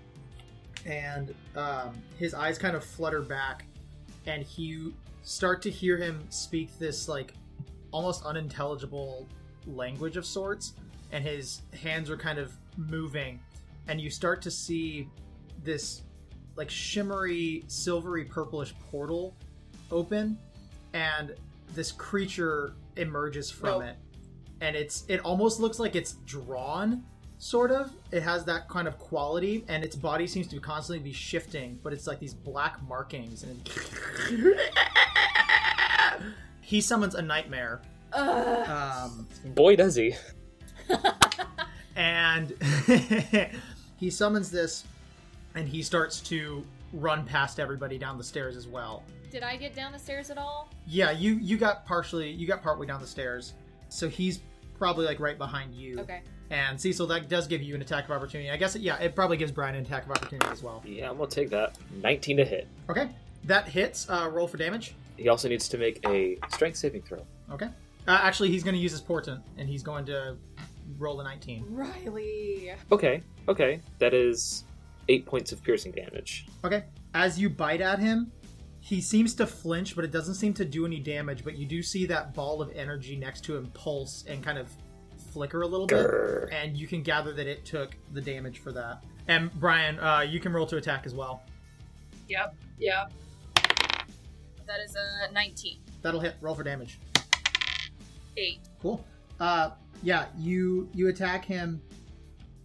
[SPEAKER 1] and um, his eyes kind of flutter back, and you start to hear him speak this like almost unintelligible language of sorts, and his hands are kind of moving, and you start to see this like shimmery, silvery, purplish portal open, and this creature emerges from
[SPEAKER 3] Nope.
[SPEAKER 1] it, and it's it almost looks like it's drawn sort of. It has that kind of quality, and its body seems to constantly be shifting, but it's like these black markings. And it- he summons a nightmare,
[SPEAKER 3] Ugh.
[SPEAKER 1] um,
[SPEAKER 2] Boy, does he.
[SPEAKER 1] and he summons this, and he starts to run past everybody down the stairs as well.
[SPEAKER 3] Did I get down the stairs at all?
[SPEAKER 1] Yeah, you you got partially you got partway down the stairs, so he's probably like right behind you.
[SPEAKER 3] Okay.
[SPEAKER 1] And Cecil, that does give you an attack of opportunity. I guess yeah, it probably gives Brian an attack of opportunity as well.
[SPEAKER 2] Yeah, I'm gonna take that. 19 to hit.
[SPEAKER 1] Okay, that hits. Uh, roll for damage.
[SPEAKER 2] He also needs to make a strength saving throw.
[SPEAKER 1] Okay. Uh, actually, he's going to use his portent, and he's going to roll a 19.
[SPEAKER 3] Riley.
[SPEAKER 2] Okay, okay, that is eight points of piercing damage.
[SPEAKER 1] Okay. As you bite at him, he seems to flinch, but it doesn't seem to do any damage. But you do see that ball of energy next to him pulse and kind of flicker a little bit,
[SPEAKER 2] Grr.
[SPEAKER 1] and you can gather that it took the damage for that. And Brian, uh, you can roll to attack as well.
[SPEAKER 4] Yep. Yep. That is a 19.
[SPEAKER 1] That'll hit. Roll for damage.
[SPEAKER 4] 8.
[SPEAKER 1] Cool. Uh, yeah, you you attack him,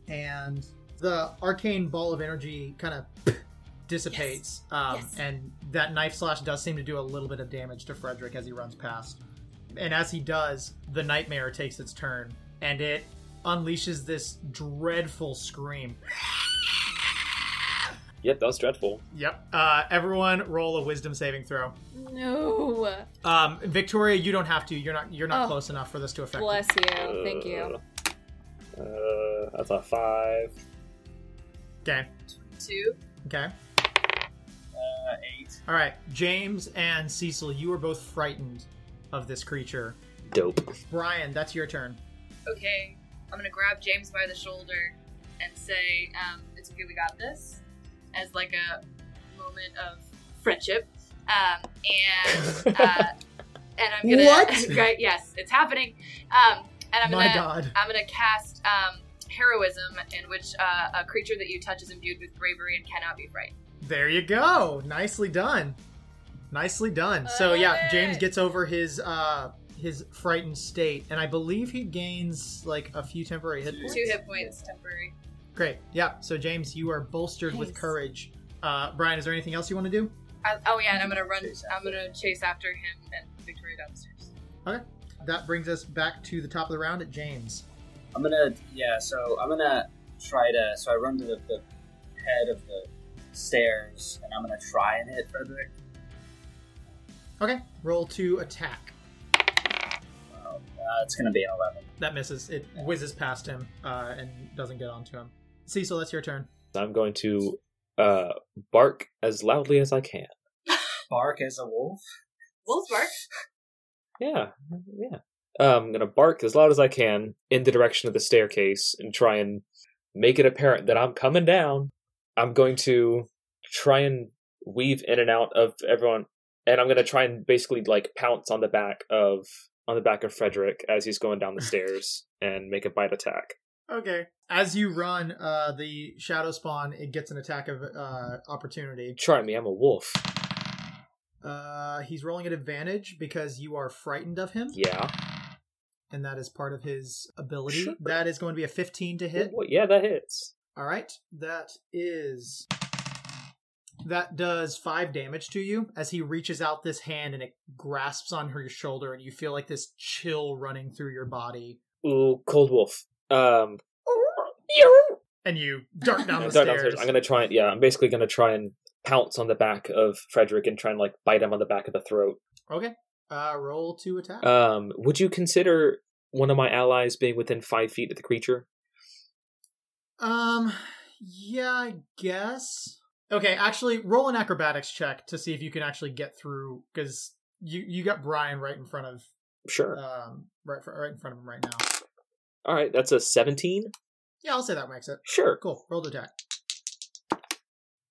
[SPEAKER 1] and the arcane ball of energy kind of dissipates, Um,
[SPEAKER 3] Yes.
[SPEAKER 1] and that knife slash does seem to do a little bit of damage to Frederick as he runs past. And as he does, the nightmare takes its turn, and it unleashes this dreadful scream.
[SPEAKER 2] Yep, that was dreadful.
[SPEAKER 1] Yep. Uh, everyone, roll a wisdom saving throw.
[SPEAKER 3] No.
[SPEAKER 1] Um, Victoria, you don't have to. You're not. You're not
[SPEAKER 3] Oh.
[SPEAKER 1] close enough for this to affect. you.
[SPEAKER 3] Bless you. Oh, Thank you.
[SPEAKER 2] Uh, uh, that's a five.
[SPEAKER 1] Okay.
[SPEAKER 4] 2.
[SPEAKER 1] Okay.
[SPEAKER 5] Uh, eight.
[SPEAKER 1] All right, James and Cecil, you are both frightened of this creature.
[SPEAKER 2] Dope.
[SPEAKER 1] Brian, that's your turn.
[SPEAKER 4] Okay. I'm gonna grab James by the shoulder and say, um, it's okay, we got this. As like a moment of friendship. Um, and, uh, and I'm gonna.
[SPEAKER 1] What?
[SPEAKER 4] right, yes, it's happening. Um, and I'm
[SPEAKER 1] My
[SPEAKER 4] gonna.
[SPEAKER 1] God.
[SPEAKER 4] I'm gonna cast um, heroism, in which uh, a creature that you touch is imbued with bravery and cannot be frightened.
[SPEAKER 1] There you go. Nicely done. Nicely done. so
[SPEAKER 3] love
[SPEAKER 1] yeah, James
[SPEAKER 3] it.
[SPEAKER 1] gets over his uh his frightened state, and I believe he gains like a few temporary hit points.
[SPEAKER 4] Two hit points temporary.
[SPEAKER 1] Great. Yeah. So James, you are bolstered with Uh,
[SPEAKER 3] Nice.
[SPEAKER 4] oh,
[SPEAKER 5] Uh,
[SPEAKER 1] uh,
[SPEAKER 2] uh, Um,
[SPEAKER 1] uh, Uh, and you
[SPEAKER 2] Oh, Um,
[SPEAKER 1] dart down the
[SPEAKER 2] Sorry,
[SPEAKER 1] stairs.
[SPEAKER 2] downstairs. I'm gonna try and yeah, I'm basically gonna try and pounce on the back of Frederick and try and like bite him on the back of the throat.
[SPEAKER 1] Okay. Uh, roll to attack.
[SPEAKER 2] Um, would you consider one of my allies being within five feet of the creature?
[SPEAKER 1] um, yeah, I guess. Okay, actually, roll an acrobatics check to see if you can actually get through because you you got Brian right in front of
[SPEAKER 2] Sure.
[SPEAKER 1] um right fr- right in front of him right now.
[SPEAKER 2] All right, that's a 17.
[SPEAKER 1] Yeah, I'll say that makes it.
[SPEAKER 2] Sure.
[SPEAKER 1] Cool. Roll to attack.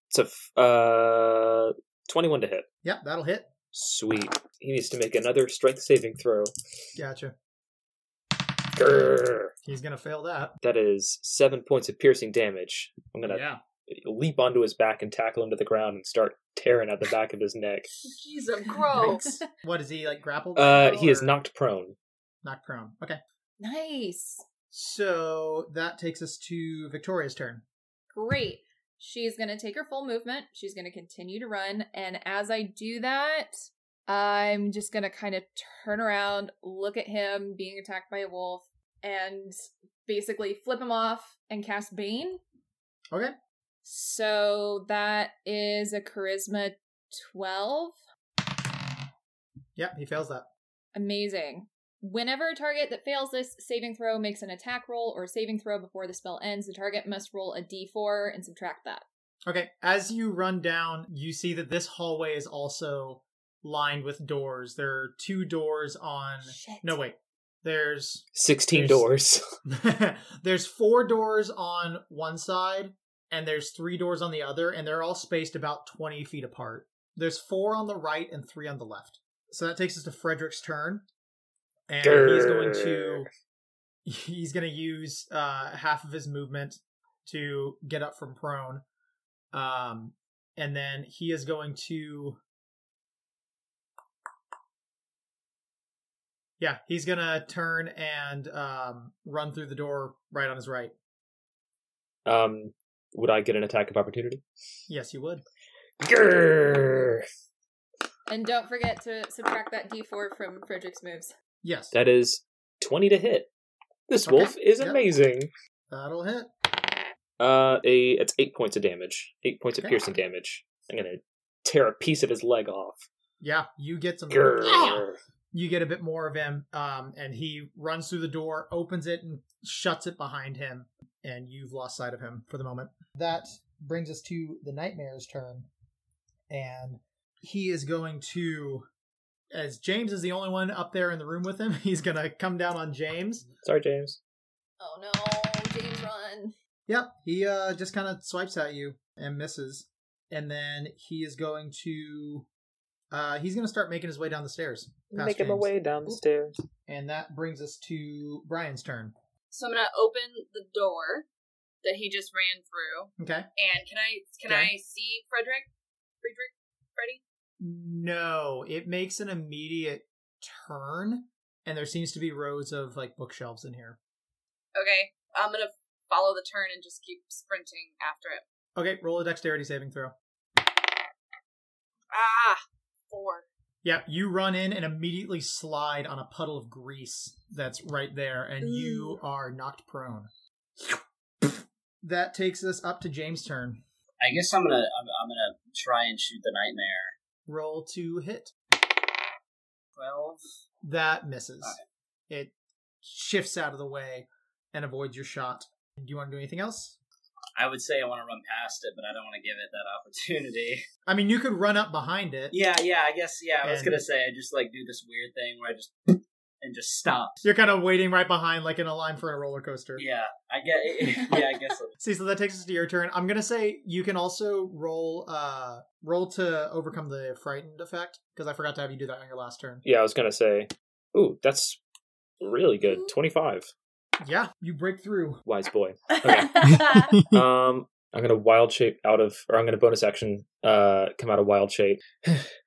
[SPEAKER 2] It's a f- uh 21 to hit.
[SPEAKER 1] Yep, that'll hit.
[SPEAKER 2] Sweet. He needs to make another strength saving throw.
[SPEAKER 1] Gotcha.
[SPEAKER 2] Grrr.
[SPEAKER 1] He's gonna fail that.
[SPEAKER 2] That is seven points of piercing damage. I'm gonna
[SPEAKER 1] Yeah.
[SPEAKER 2] leap onto his back and tackle him to the ground and start tearing at the back of his neck.
[SPEAKER 4] He's a crow.
[SPEAKER 1] Yikes. What is he like grappled?
[SPEAKER 2] Uh,
[SPEAKER 1] now,
[SPEAKER 2] he is
[SPEAKER 1] or-
[SPEAKER 2] knocked prone.
[SPEAKER 1] knocked prone. Okay.
[SPEAKER 3] Nice.
[SPEAKER 1] So that takes us to Victoria's turn.
[SPEAKER 3] Great. She's going to take her full movement. She's going to continue to run. And as I do that, I'm just going to kind of turn around, look at him being attacked by a wolf, and basically flip him off and cast Bane.
[SPEAKER 1] Okay.
[SPEAKER 3] So that is a charisma 12.
[SPEAKER 1] Yep, he fails that.
[SPEAKER 3] Amazing. Whenever a target that fails this saving throw makes an attack roll or saving throw before the spell ends, the target must roll a d4 and subtract that.
[SPEAKER 1] Okay, as you run down, you see that this hallway is also lined with doors. There are two doors on.
[SPEAKER 3] Shit.
[SPEAKER 1] No, wait. There's
[SPEAKER 2] 16
[SPEAKER 1] There's-
[SPEAKER 2] doors.
[SPEAKER 1] there's four doors on one side, and there's three doors on the other, and they're all spaced about twenty feet apart. There's four on the right and three on the left. So that takes us to Frederick's turn, and he's going to he's going to use uh, half of his movement to get up from prone, um, and then he is going to. Yeah, he's gonna turn and um, run through the door right on his right.
[SPEAKER 2] Um, would I get an attack of opportunity?
[SPEAKER 1] Yes, you would.
[SPEAKER 2] Grrr.
[SPEAKER 3] And don't forget to subtract that d4 from Frederick's moves.
[SPEAKER 1] Yes,
[SPEAKER 2] That is 20 to hit. This
[SPEAKER 1] Okay.
[SPEAKER 2] wolf is
[SPEAKER 1] Yep.
[SPEAKER 2] amazing.
[SPEAKER 1] that'll hit.
[SPEAKER 2] Uh, a it's eight points of damage. Eight points of
[SPEAKER 1] Okay.
[SPEAKER 2] piercing damage. I'm gonna tear a piece of his leg off.
[SPEAKER 1] Yeah, you get some.
[SPEAKER 2] Grrr.
[SPEAKER 1] Yeah. You get a bit more of him, um, and he runs through the door, opens it, and shuts it behind him. And you've lost sight of him for the moment. That brings us to the nightmare's turn, and he is going to, as James is the only one up there in the room with him, he's gonna come down on James.
[SPEAKER 2] Sorry, James.
[SPEAKER 3] Oh no, James, run.
[SPEAKER 1] Yep, he uh, just kind of swipes at you and misses, and then he is going to uh, he's going to start making his way down the stairs. past James.
[SPEAKER 2] down
[SPEAKER 1] the
[SPEAKER 2] stairs.
[SPEAKER 1] and that brings us to Brian's turn.
[SPEAKER 4] so I'm gonna open the door that he just ran through.
[SPEAKER 1] Okay.
[SPEAKER 4] And can I can
[SPEAKER 1] Okay.
[SPEAKER 4] I see Frederick? Frederick? Freddy?
[SPEAKER 1] No, it makes an immediate turn, and there seems to be rows of like bookshelves in here.
[SPEAKER 4] Okay. I'm gonna follow the turn and just keep sprinting after it.
[SPEAKER 1] Okay, roll a dexterity saving throw.
[SPEAKER 4] Ah, four.
[SPEAKER 1] Yep, you run in and immediately slide on a puddle of grease that's right there, and you are knocked prone. That takes us up to James' turn.
[SPEAKER 5] I guess I'm gonna I'm, I'm gonna try and shoot the nightmare.
[SPEAKER 1] Roll to hit.
[SPEAKER 5] Twelve.
[SPEAKER 1] That misses. It shifts out of the way and avoids your shot. Do you want to do anything else?
[SPEAKER 5] I would say I want to run past it, but I don't want to give it that opportunity.
[SPEAKER 1] I mean, you could run up behind it.
[SPEAKER 5] yeah, yeah. I guess yeah. I was
[SPEAKER 1] And-
[SPEAKER 5] gonna say I just like do this weird thing where I just and just stop.
[SPEAKER 1] You're kind of waiting right behind, like in a line for a roller coaster.
[SPEAKER 5] Yeah, I get. Yeah, I guess.
[SPEAKER 1] See, so that takes us to your turn. I'm gonna say you can also roll, uh, roll to overcome the frightened effect because I forgot to have you do that on your last turn.
[SPEAKER 2] Yeah, I was gonna say. Ooh, that's really good. Twenty five.
[SPEAKER 1] Yeah, you break through.
[SPEAKER 2] Wise boy. um i'm gonna wild shape out of or i'm gonna bonus action uh come out of wild shape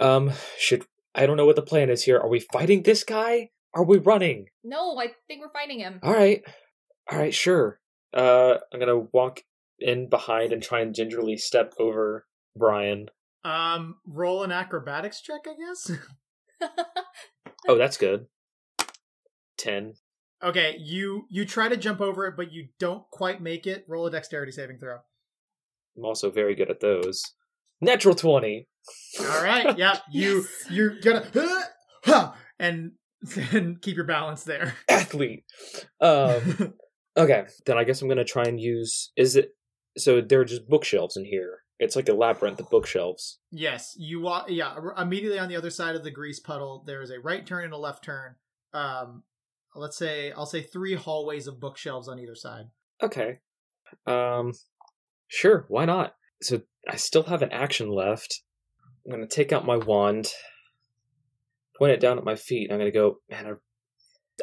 [SPEAKER 2] um should i don't know what the plan is here are we fighting this guy are we running
[SPEAKER 3] No, I think we're fighting him.
[SPEAKER 2] all right all right sure uh i'm gonna walk in behind and try and gingerly step over brian
[SPEAKER 1] Um, roll an acrobatics check, I guess.
[SPEAKER 2] oh that's good 10
[SPEAKER 1] Okay, you you try to jump over it, but you don't quite make it. Roll a dexterity saving throw.
[SPEAKER 2] I'm also very good at those. Natural 20.
[SPEAKER 1] All right, yeah, you you're gonna huh, huh, and and keep your balance there.
[SPEAKER 2] Athlete. Um, okay, then I guess I'm going to try and use. Is it. So there are just bookshelves in here. It's like a labyrinth of bookshelves.
[SPEAKER 1] yes, you walk. Yeah, r- immediately on the other side of the grease puddle, there is a right turn and a left turn. Um, let's say I'll say three hallways of bookshelves on either side.
[SPEAKER 2] Okay. Um, sure, why not? So I still have an action left. I'm going to take out my wand, point it down at my feet, and I'm going to go, man,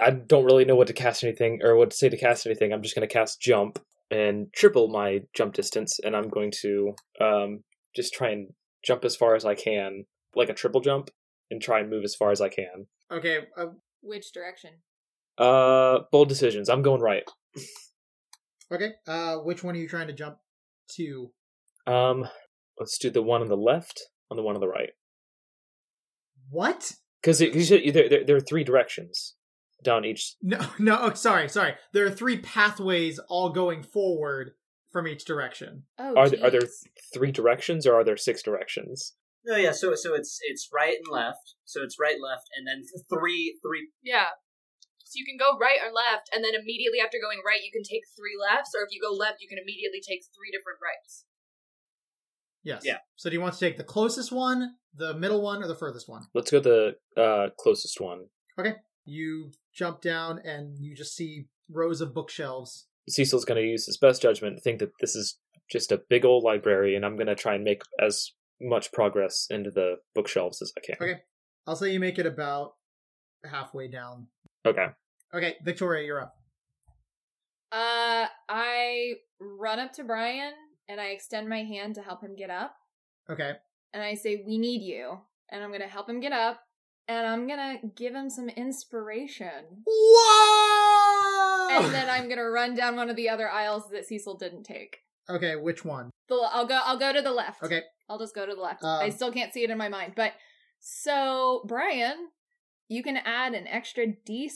[SPEAKER 2] I, I don't really know what to cast anything or what to say to cast anything. I'm just going to cast jump and triple my jump distance, and I'm going to um, just try and jump as far as I can, like a triple jump, and try and move as far as I can.
[SPEAKER 1] Okay, uh,
[SPEAKER 3] Which direction?
[SPEAKER 2] Uh, bold decisions. I'm going right.
[SPEAKER 1] okay. Uh, which one are you trying to jump to?
[SPEAKER 2] Um, let's do the one on the left, on the one on the right.
[SPEAKER 1] What?
[SPEAKER 2] Because there, there, there are three directions down each.
[SPEAKER 1] No, no. Oh, sorry, sorry. There are three pathways all going forward from each direction.
[SPEAKER 3] Oh,
[SPEAKER 2] Are there- are there-
[SPEAKER 3] jeez.
[SPEAKER 2] Three directions, or are there six directions?
[SPEAKER 5] No, yeah. So so it's it's right and left. So it's right, left, and then th- three three.
[SPEAKER 4] Yeah. So you can go right or left, and then immediately after going right, you can take three lefts, or if you go left, you can immediately take three different rights.
[SPEAKER 1] Yes.
[SPEAKER 5] Yeah.
[SPEAKER 1] So do you want to take the closest one, the middle one, or the furthest one?
[SPEAKER 2] Let's go the uh, closest one.
[SPEAKER 1] You jump down and you just see rows of bookshelves.
[SPEAKER 2] Cecil's going to use his best judgment to think that this is just a big old library, and I'm going to try and make as much progress into the bookshelves as I can.
[SPEAKER 1] Okay. I'll say you make it about halfway down.
[SPEAKER 2] Okay.
[SPEAKER 1] Okay, Victoria, you're up.
[SPEAKER 3] Uh, I run up to Brian and I extend my hand to help him get up.
[SPEAKER 1] Okay.
[SPEAKER 3] and I say, We need you. And I'm going to help him get up and I'm going to give him some inspiration.
[SPEAKER 1] Whoa!
[SPEAKER 3] And then I'm going to run down one of the other aisles that Cecil didn't take.
[SPEAKER 1] Okay, which one?
[SPEAKER 3] The, I'll go I'll go to the left.
[SPEAKER 1] Okay.
[SPEAKER 3] I'll just go to the left.
[SPEAKER 1] Um,
[SPEAKER 3] I still can't see it in my mind. But so, Brian, you can add an extra d6.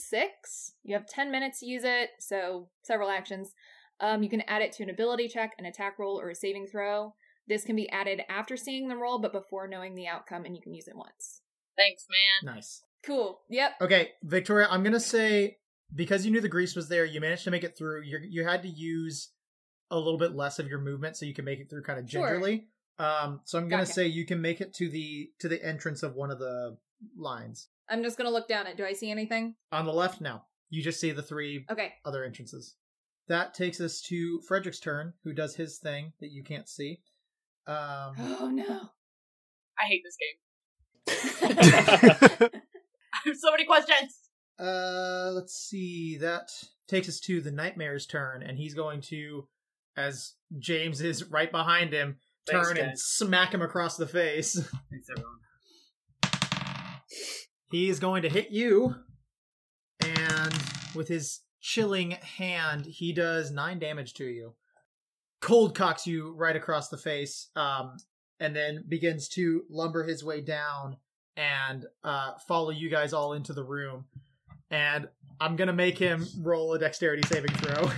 [SPEAKER 3] You have 10 minutes to use it, so several actions. Um, you can add it to an ability check, an attack roll, or a saving throw. This can be added after seeing the roll, but before knowing the outcome, and you can use it once.
[SPEAKER 4] Thanks, man.
[SPEAKER 1] Nice.
[SPEAKER 3] Cool. Yep.
[SPEAKER 1] Okay, Victoria, I'm gonna say because you knew the grease was there, you managed to make it through. You you had to use a little bit less of your movement so you can make it through kind of
[SPEAKER 3] Sure.
[SPEAKER 1] gingerly. Um, so I'm gonna
[SPEAKER 3] Gotcha.
[SPEAKER 1] say you can make it to the to the entrance of one of the lines
[SPEAKER 3] I'm just gonna look down at. Do I see anything?
[SPEAKER 1] on the left. Now you just see the three
[SPEAKER 3] Okay.
[SPEAKER 1] other entrances. That takes us to Frederick's turn, who does his thing that you can't see. Um,
[SPEAKER 3] Oh no.
[SPEAKER 4] I hate this game. I have so many questions.
[SPEAKER 1] Uh, let's see. That takes us to the Nightmare's turn, and he's going to, as James is right behind him, turn
[SPEAKER 5] Thanks,
[SPEAKER 1] and
[SPEAKER 5] guys.
[SPEAKER 1] smack him across the face.
[SPEAKER 5] Thanks everyone.
[SPEAKER 1] he is going to hit you, and with his chilling hand, he does nine damage to you. Cold cocks you right across the face, um, and then begins to lumber his way down and uh, follow you guys all into the room. And I'm gonna make him roll a dexterity saving throw.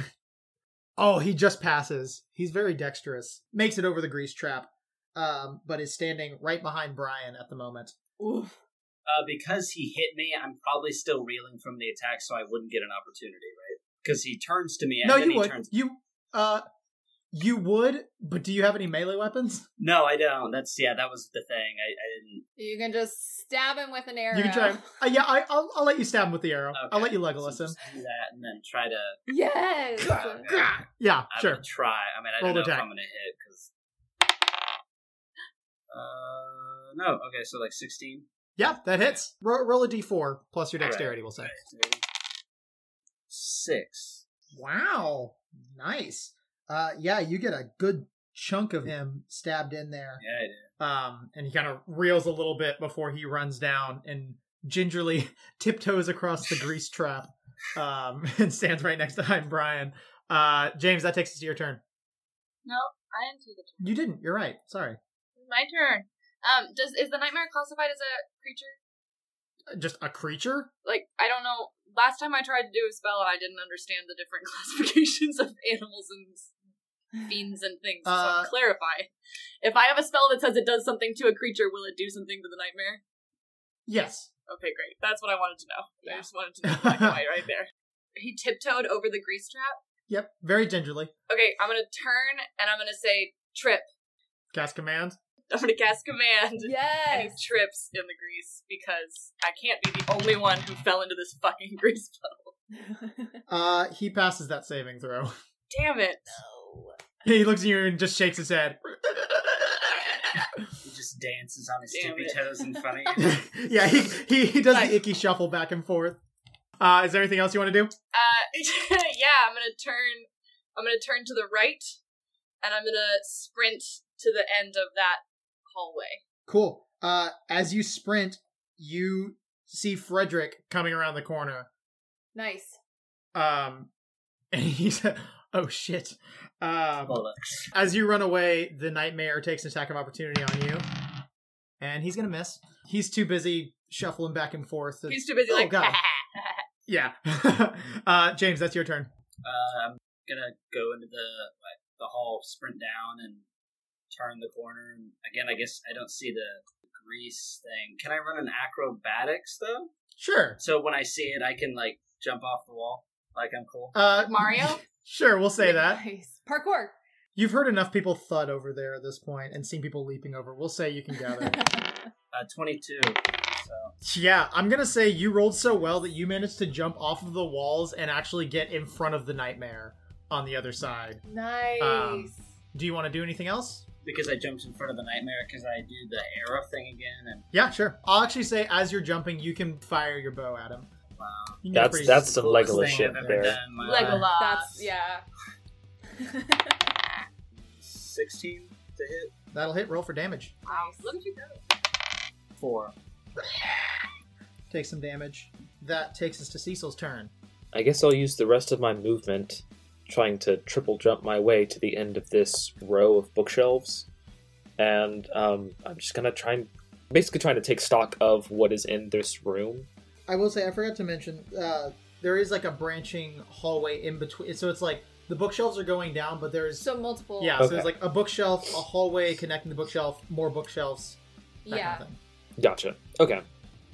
[SPEAKER 1] oh, he just passes. He's very dexterous. Makes it over the grease trap, um, but is standing right behind Brian at the moment.
[SPEAKER 5] Uh, because he hit me, I'm probably still reeling from the attack, so I wouldn't get an opportunity, right? Because he turns to me and
[SPEAKER 1] no,
[SPEAKER 5] then
[SPEAKER 1] you
[SPEAKER 5] he
[SPEAKER 1] would.
[SPEAKER 5] turns.
[SPEAKER 1] You uh, you would, but do you have any melee weapons?
[SPEAKER 5] No, I don't. That's yeah. That was the thing. I, I didn't.
[SPEAKER 3] You can just stab him with an arrow.
[SPEAKER 1] You can try. Uh, yeah, I, I'll I'll let you stab him with the arrow. I'll
[SPEAKER 5] Okay.
[SPEAKER 1] let you
[SPEAKER 5] so
[SPEAKER 1] Legolas him.
[SPEAKER 5] just do that and then try to.
[SPEAKER 3] Yes.
[SPEAKER 5] I'm
[SPEAKER 1] Yeah, sure.
[SPEAKER 5] gonna try. I mean, I
[SPEAKER 1] Roll
[SPEAKER 5] don't know
[SPEAKER 1] attack.
[SPEAKER 5] if I'm gonna hit because. Uh no. Okay, so like sixteen.
[SPEAKER 1] Yeah, that hits. Roll, roll a d4 plus your
[SPEAKER 5] All right.
[SPEAKER 1] dexterity. We'll say.
[SPEAKER 5] Six.
[SPEAKER 1] Wow, nice. Uh, yeah, you get a good chunk of him stabbed in there.
[SPEAKER 5] Yeah, I did.
[SPEAKER 1] Um, and he kind of reels a little bit before he runs down and gingerly tiptoes across the grease trap. Um, and stands right next to I'm Brian. Uh, James, that takes us to your turn.
[SPEAKER 4] No, I didn't do the turn.
[SPEAKER 1] You didn't. You're right. Sorry.
[SPEAKER 4] My turn. Um, does is the nightmare classified as a creature?
[SPEAKER 1] Uh, just a creature?
[SPEAKER 4] Like, I don't know. Last time I tried to do a spell and I didn't understand the different classifications of animals and s- fiends and things. So
[SPEAKER 1] Uh,
[SPEAKER 4] clarify. If I have a spell that says it does something to a creature, will it do something to the nightmare?
[SPEAKER 1] Yes.
[SPEAKER 4] Okay, great. That's what I wanted to know. I
[SPEAKER 6] Yeah.
[SPEAKER 4] just wanted to know black and white right there. He tiptoed over the grease trap.
[SPEAKER 1] Yep. Very gingerly.
[SPEAKER 4] Okay, I'm gonna turn and I'm gonna say trip.
[SPEAKER 1] Cast command.
[SPEAKER 4] I'm gonna cast command. And he
[SPEAKER 6] Yes.
[SPEAKER 4] trips in the grease because I can't be the only one who fell into this fucking grease puddle.
[SPEAKER 1] Uh, he passes that saving throw.
[SPEAKER 4] Damn it.
[SPEAKER 1] he looks at you and just shakes his head.
[SPEAKER 5] He just dances on his
[SPEAKER 4] Damn
[SPEAKER 5] tippy
[SPEAKER 4] it.
[SPEAKER 5] toes in front of you.
[SPEAKER 1] yeah, he, he he does
[SPEAKER 4] Nice.
[SPEAKER 1] the icky shuffle back and forth. Uh, is there anything else you want to do?
[SPEAKER 4] Uh, yeah, I'm gonna turn. I'm gonna turn to the right, and I'm gonna sprint to the end of that hallway.
[SPEAKER 1] Cool. Uh, as you sprint, you see Frederick coming around the corner.
[SPEAKER 6] Nice.
[SPEAKER 1] Um, and he's oh shit. Um,
[SPEAKER 5] Oh. Bullocks.
[SPEAKER 1] As you run away, the nightmare takes an attack of opportunity on you, and he's gonna miss. He's too busy shuffling back and forth.
[SPEAKER 4] He's too busy
[SPEAKER 1] Oh,
[SPEAKER 4] like.
[SPEAKER 1] God. yeah. uh, James, that's your turn.
[SPEAKER 5] Uh, I'm gonna go into the like, the hall, sprint down, and turn the corner. And again, I guess I don't see the grease thing. Can I run an acrobatics though?
[SPEAKER 1] Sure.
[SPEAKER 5] So when I see it, I can like jump off the wall, like I'm cool.
[SPEAKER 1] Uh,
[SPEAKER 4] Mario?
[SPEAKER 1] sure, we'll say that.
[SPEAKER 6] Nice. Parkour.
[SPEAKER 1] You've heard enough people thud over there at this point, and seen people leaping over. We'll say you can gather.
[SPEAKER 5] Uh, 22. So
[SPEAKER 1] yeah, I'm gonna say you rolled so well that you managed to jump off of the walls and actually get in front of the nightmare on the other side.
[SPEAKER 6] nice.
[SPEAKER 1] Um, Do you want to do anything else?
[SPEAKER 5] because I jumped in front of the nightmare, because I do the arrow thing again, and
[SPEAKER 1] Yeah, sure. I'll actually say as you're jumping, you can fire your bow at him.
[SPEAKER 5] wow,
[SPEAKER 1] You can get
[SPEAKER 2] That's-
[SPEAKER 1] pretty-
[SPEAKER 2] that's some
[SPEAKER 5] coolest
[SPEAKER 2] Legolas
[SPEAKER 5] thing
[SPEAKER 2] shit
[SPEAKER 5] I've ever
[SPEAKER 2] there.
[SPEAKER 5] done in my life.
[SPEAKER 4] Legolas.
[SPEAKER 1] uh,
[SPEAKER 6] That's yeah.
[SPEAKER 5] 16 to hit
[SPEAKER 1] that'll hit. Roll for damage.
[SPEAKER 4] Wow, look at you go.
[SPEAKER 5] four.
[SPEAKER 1] Take some damage. That takes us to Cecil's turn.
[SPEAKER 2] I guess I'll use the rest of my movement trying to triple jump my way to the end of this row of bookshelves. And um, I'm just gonna try and basically trying to take stock of what is in this room.
[SPEAKER 1] I will say I forgot to mention uh, there is like a branching hallway in between. So it's like the bookshelves are going down, but there is
[SPEAKER 6] So multiple.
[SPEAKER 1] yeah. So
[SPEAKER 2] Okay.
[SPEAKER 1] there's like a bookshelf, a hallway connecting the bookshelf, more bookshelves. That
[SPEAKER 6] Yeah.
[SPEAKER 1] Kind of thing.
[SPEAKER 2] Gotcha. Okay.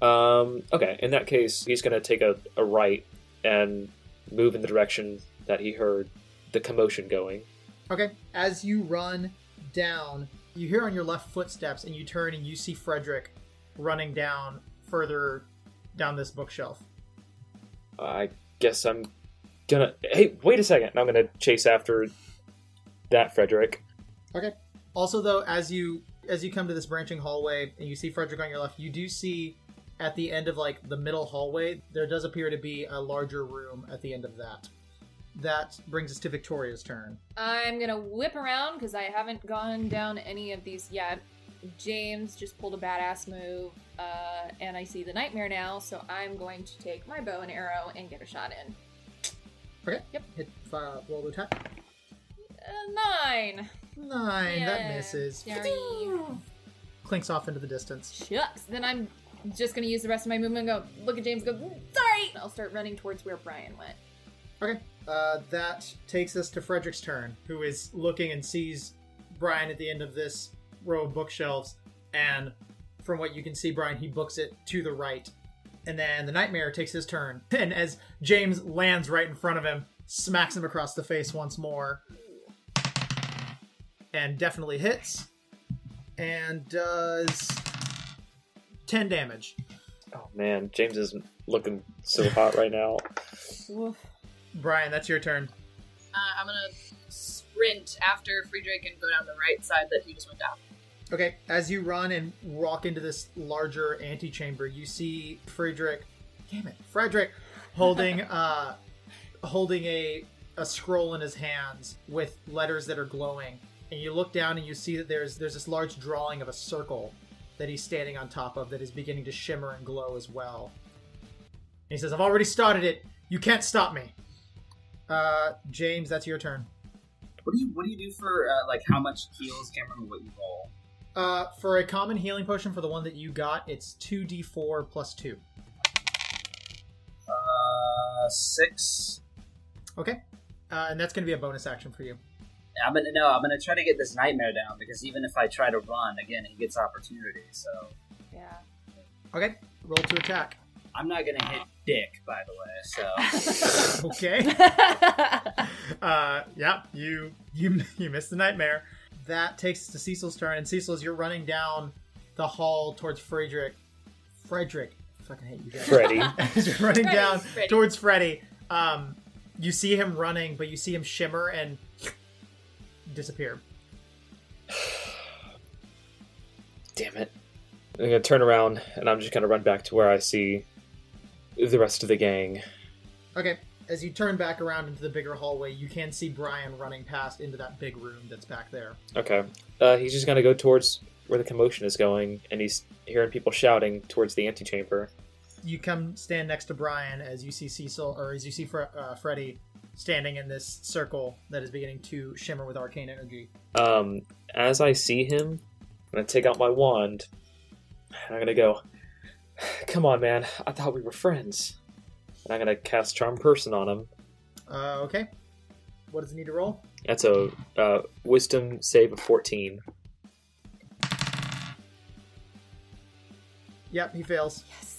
[SPEAKER 2] Um, okay. In that case, he's gonna take a, a right and move in the direction that he heard the commotion going.
[SPEAKER 1] Okay. As you run down, you hear on your left footsteps, and you turn and you see Frederick running down further down this bookshelf.
[SPEAKER 2] I guess I'm gonna. Hey, wait a second! I'm gonna chase after that Frederick.
[SPEAKER 1] Also, though, as you as you come to this branching hallway and you see Frederick on your left, you do see at the end of like the middle hallway there does appear to be a larger room at the end of that. That brings us to Victoria's turn.
[SPEAKER 6] I'm gonna whip around because I haven't gone down any of these yet. James just pulled a badass move, uh, and I see the nightmare now, so I'm going to take my bow and arrow and get a shot in.
[SPEAKER 1] Hit uh, roll to attack.
[SPEAKER 6] Uh, nine.
[SPEAKER 1] Nine. That
[SPEAKER 6] Yeah.
[SPEAKER 1] misses.
[SPEAKER 6] Sorry.
[SPEAKER 1] Clinks off into the distance.
[SPEAKER 6] Shucks. Then I'm just gonna use the rest of my movement and go look at James. And go sorry. I'll start running towards where Brian went.
[SPEAKER 1] Uh, that takes us to Frederick's turn, who is looking and sees Brian at the end of this row of bookshelves. And from what you can see, Brian, he books it to the right. And then the nightmare takes his turn. And as James lands right in front of him, smacks him across the face once more. And definitely hits. And does 10 damage.
[SPEAKER 2] Oh man, James isn't looking so hot right now.
[SPEAKER 1] Brian, that's your turn.
[SPEAKER 4] Uh, I'm gonna sprint after Friedrich and go down the right side that he just went down.
[SPEAKER 1] Okay, as you run and walk into this larger antechamber, you see Frederick. Damn it, Frederick, holding uh, holding a a scroll in his hands with letters that are glowing. And you look down and you see that there's there's this large drawing of a circle that he's standing on top of that is beginning to shimmer and glow as well. And he says, "I've already started it. You can't stop me." Uh, James, that's your turn.
[SPEAKER 5] What do you What do you do for uh, like how much heals, Cameron? What you roll?
[SPEAKER 1] Uh, for a common healing potion for the one that you got, it's 2d4 plus 2.
[SPEAKER 5] Uh, six.
[SPEAKER 1] Okay. Uh, and that's going to be a bonus action for you.
[SPEAKER 5] I'm gonna no. I'm gonna try to get this nightmare down because even if I try to run again, he gets opportunity. So
[SPEAKER 3] Yeah.
[SPEAKER 1] Okay. Roll to attack.
[SPEAKER 5] I'm not gonna hit Dick, by the way. So
[SPEAKER 1] Okay. uh, yeah, you you you missed the nightmare. That takes us to Cecil's turn, and Cecil, as you're running down the hall towards Frederick, Frederick, I fucking hate you guys.
[SPEAKER 2] Freddy.
[SPEAKER 1] as you're running
[SPEAKER 3] Freddy,
[SPEAKER 1] down
[SPEAKER 3] Freddy.
[SPEAKER 1] towards Freddy, um, you see him running, but you see him shimmer and disappear.
[SPEAKER 2] Damn it. I'm gonna turn around and I'm just gonna run back to where I see the rest of the gang.
[SPEAKER 1] Okay, as you turn back around into the bigger hallway, you can see Brian running past into that big room that's back there.
[SPEAKER 2] Okay. Uh, he's just gonna go towards where the commotion is going, and he's hearing people shouting towards the antechamber.
[SPEAKER 1] you come stand next to Brian as you see Cecil, or as you see Fre- uh, Freddy standing in this circle that is beginning to shimmer with arcane energy.
[SPEAKER 2] Um, as I see him, I'm gonna take out my wand. And I'm gonna go. Come on, man! I thought we were friends. And I'm gonna cast charm person on him.
[SPEAKER 1] Uh, okay. What does it need to roll?
[SPEAKER 2] That's a uh, wisdom save of 14.
[SPEAKER 1] Yep, he fails.
[SPEAKER 3] yes.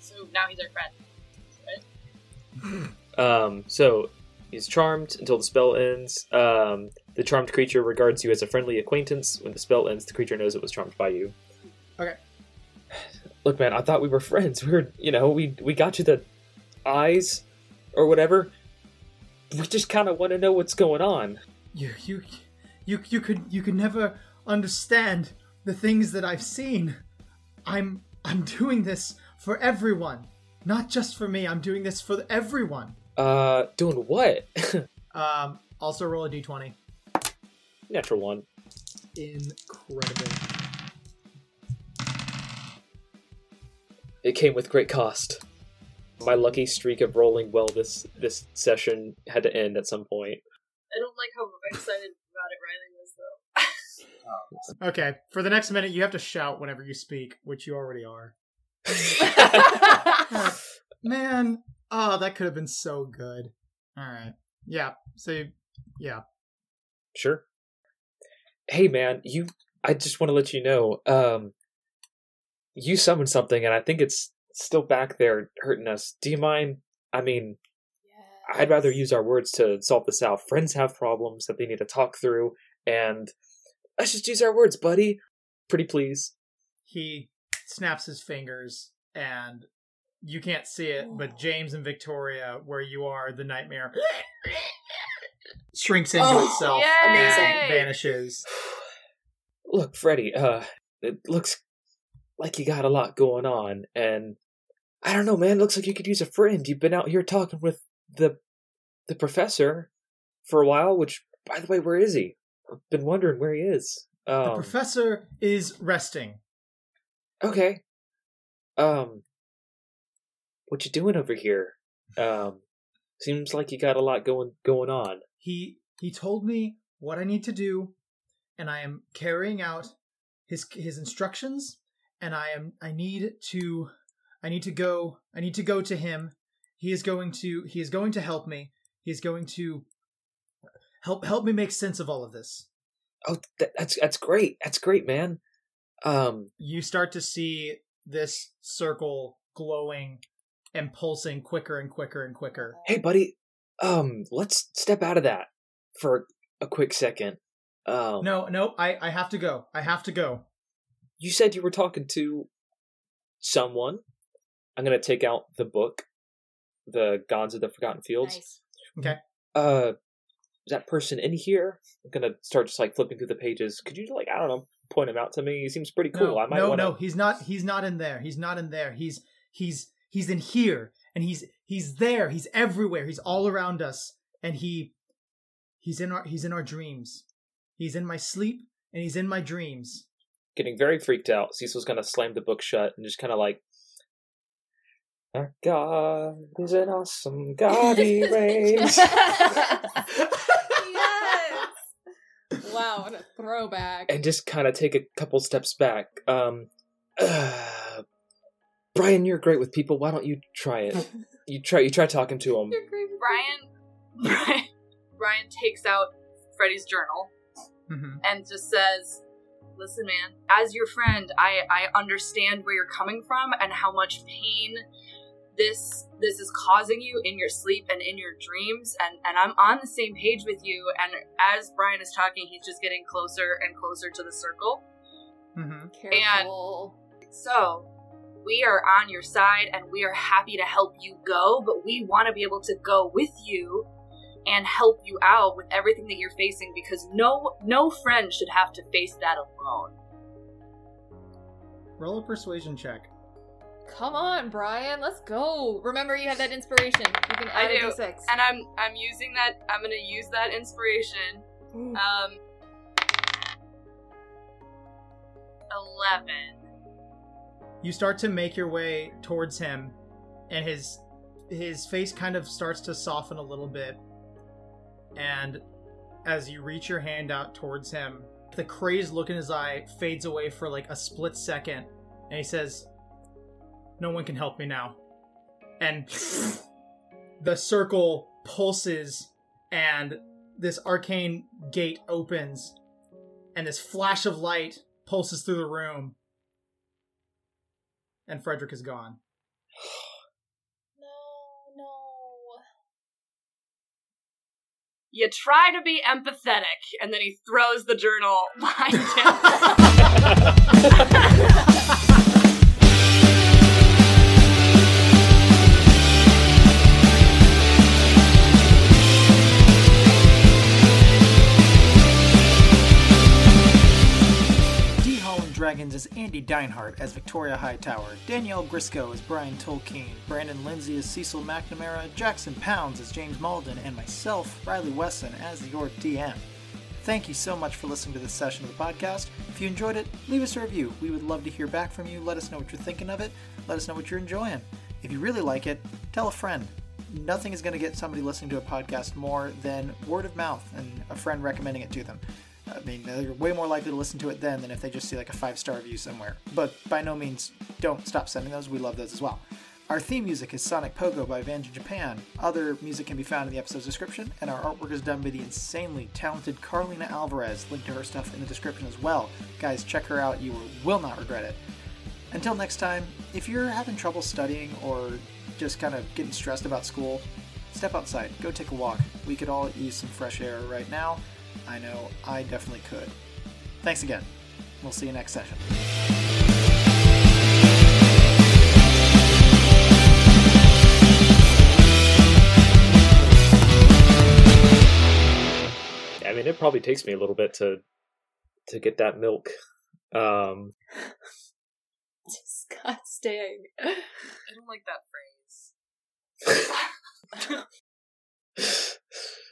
[SPEAKER 4] So now he's our friend.
[SPEAKER 2] Um, so he's charmed until the spell ends. Um, the charmed creature regards you as a friendly acquaintance. When the spell ends, the creature knows it was charmed by you.
[SPEAKER 1] Okay.
[SPEAKER 2] Look, man, I thought we were friends. We were, you know, we we got you the eyes or whatever. We just kind of want to know what's going on.
[SPEAKER 1] You, you, you, you could, you could never understand the things that I've seen. I'm, I'm doing this for everyone, not just for me. I'm doing this for everyone.
[SPEAKER 2] Uh, doing what?
[SPEAKER 1] Um, also roll a d20.
[SPEAKER 2] Natural one.
[SPEAKER 1] Incredible.
[SPEAKER 2] It came with great cost. My lucky streak of rolling well this this session had to end at some point.
[SPEAKER 4] I don't like how excited about it Riley was though.
[SPEAKER 1] Okay, for the next minute, you have to shout whenever you speak, which you already are. Man, oh, that could have been so good. All right, yeah. So, yeah,
[SPEAKER 2] Sure. Hey man, you I just want to let you know, um you summoned something and I think it's still back there hurting us. Do you mind? I mean, I'd rather
[SPEAKER 3] Yes.
[SPEAKER 2] use our words to solve this out. Friends have problems that they need to talk through and let's just use our words, buddy. Pretty please.
[SPEAKER 1] he snaps his fingers, and you can't see it, but James and Victoria, where you are, the nightmare shrinks into
[SPEAKER 3] Oh,
[SPEAKER 1] itself
[SPEAKER 4] yay!
[SPEAKER 1] and vanishes.
[SPEAKER 2] Look, Freddy, uh it looks like you got a lot going on and I don't know, man, looks like you could use a friend. You've been out here talking with the the professor for a while, which by the way, where is he? I've been wondering where he is.
[SPEAKER 1] The
[SPEAKER 2] Um,
[SPEAKER 1] professor is resting.
[SPEAKER 2] okay. Um what you doing over here? Um seems like you got a lot going going on.
[SPEAKER 1] he he told me what I need to do, and I am carrying out his his instructions. And I am I need to I need to go I need to go to him. He is going to he is going to help me. He is going to help help me make sense of all of this.
[SPEAKER 2] Oh, that, that's that's great. That's great, man. Um
[SPEAKER 1] You start to see this circle glowing and pulsing quicker and quicker and quicker.
[SPEAKER 2] hey buddy um let's step out of that for a quick second um
[SPEAKER 1] No, no, I I have to go. I have to go.
[SPEAKER 2] you said you were talking to someone i'm gonna take out the book the gods of the forgotten fields
[SPEAKER 3] Nice.
[SPEAKER 2] uh is that person in here i'm gonna start just like flipping through the pages could you like i don't know point him out to me he seems pretty cool
[SPEAKER 1] No,
[SPEAKER 2] i might
[SPEAKER 1] no,
[SPEAKER 2] wanna...
[SPEAKER 1] no. He's not. He's not in there. He's not in there. He's he's he's in here, and he's he's there. He's everywhere. He's all around us, and he he's in our he's in our dreams. He's in my sleep, and he's in my dreams.
[SPEAKER 2] getting very freaked out cecil's gonna slam the book shut and just kind of like our god is an awesome god he reigns
[SPEAKER 3] yes.
[SPEAKER 6] Wow, what a throwback.
[SPEAKER 2] and just kind of take a couple steps back. Um, Brian, you're great with people. Why don't you try it? You try. You try talking to them.
[SPEAKER 6] You're great with
[SPEAKER 4] Brian, Brian, Brian takes out Freddy's journal
[SPEAKER 1] Mhm.
[SPEAKER 4] and just says, "Listen, man. As your friend, I I understand where you're coming from and how much pain this this is causing you in your sleep and in your dreams. And and I'm on the same page with you. And as Brian is talking, he's just getting closer and closer to the circle.
[SPEAKER 1] Mhm.
[SPEAKER 6] people. Careful.
[SPEAKER 4] So." We are on your side and we are happy to help you go, but we want to be able to go with you and help you out with everything that you're facing because no no friend should have to face that alone.
[SPEAKER 1] Roll a persuasion check.
[SPEAKER 6] Come on, Brian, let's go. Remember, you have that inspiration. You can
[SPEAKER 4] I
[SPEAKER 6] add a
[SPEAKER 4] do.
[SPEAKER 6] d6.
[SPEAKER 4] and I'm I'm using that. I'm gonna use that inspiration. Um, eleven.
[SPEAKER 1] You start to make your way towards him, and his his face kind of starts to soften a little bit. And as you reach your hand out towards him, the crazed look in his eye fades away for like a split second, and he says, "No one can help me now." And the circle pulses, and this arcane gate opens, and this flash of light pulses through the room, and Frederick is gone.
[SPEAKER 6] no, no.
[SPEAKER 4] You try to be empathetic, and then he throws the journal behind him.
[SPEAKER 1] D Holland Dragons is Andy Deinhardt as Victoria Hightower, Danielle Grisco as Brian Tolkien, Brandon Lindsay as Cecil McNamara, Jackson Pounds as James Malden, and myself, Riley Wesson, as your DM. Thank you so much for listening to this session of the podcast. If you enjoyed it, leave us a review. We would love to hear back from you. Let us know what you're thinking of it. Let us know what you're enjoying. If you really like it, tell a friend. Nothing is going to get somebody listening to a podcast more than word of mouth and a friend recommending it to them. I mean, they're way more likely to listen to it then than if they just see like a five star review somewhere. But by no means, don't stop sending those. We love those as well. Our theme music is Sonic Pogo by Vanja Japan. Other music can be found in the episode's description, and our artwork is done by the insanely talented Carlina Alvarez. Link to her stuff in the description as well. Guys, check her out. You will not regret it. Until next time, if you're having trouble studying or just kind of getting stressed about school, step outside, go take a walk. We could all use some fresh air right now. I know I definitely could. Thanks again. We'll see you next session.
[SPEAKER 2] I mean, it probably takes me a little bit to to get that milk. Um,
[SPEAKER 6] Disgusting.
[SPEAKER 4] I don't like that phrase.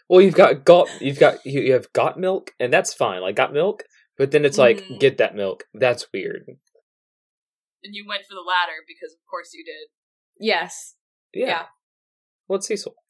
[SPEAKER 2] well, you've got got you've got you, you have got milk, and that's fine. Like got milk, but then it's like
[SPEAKER 4] Mhm.
[SPEAKER 2] get that milk. That's weird.
[SPEAKER 4] And you went for the latter because, of course, you did.
[SPEAKER 6] Yes.
[SPEAKER 2] Yeah.
[SPEAKER 6] Yeah.
[SPEAKER 2] Well, it's Cecil.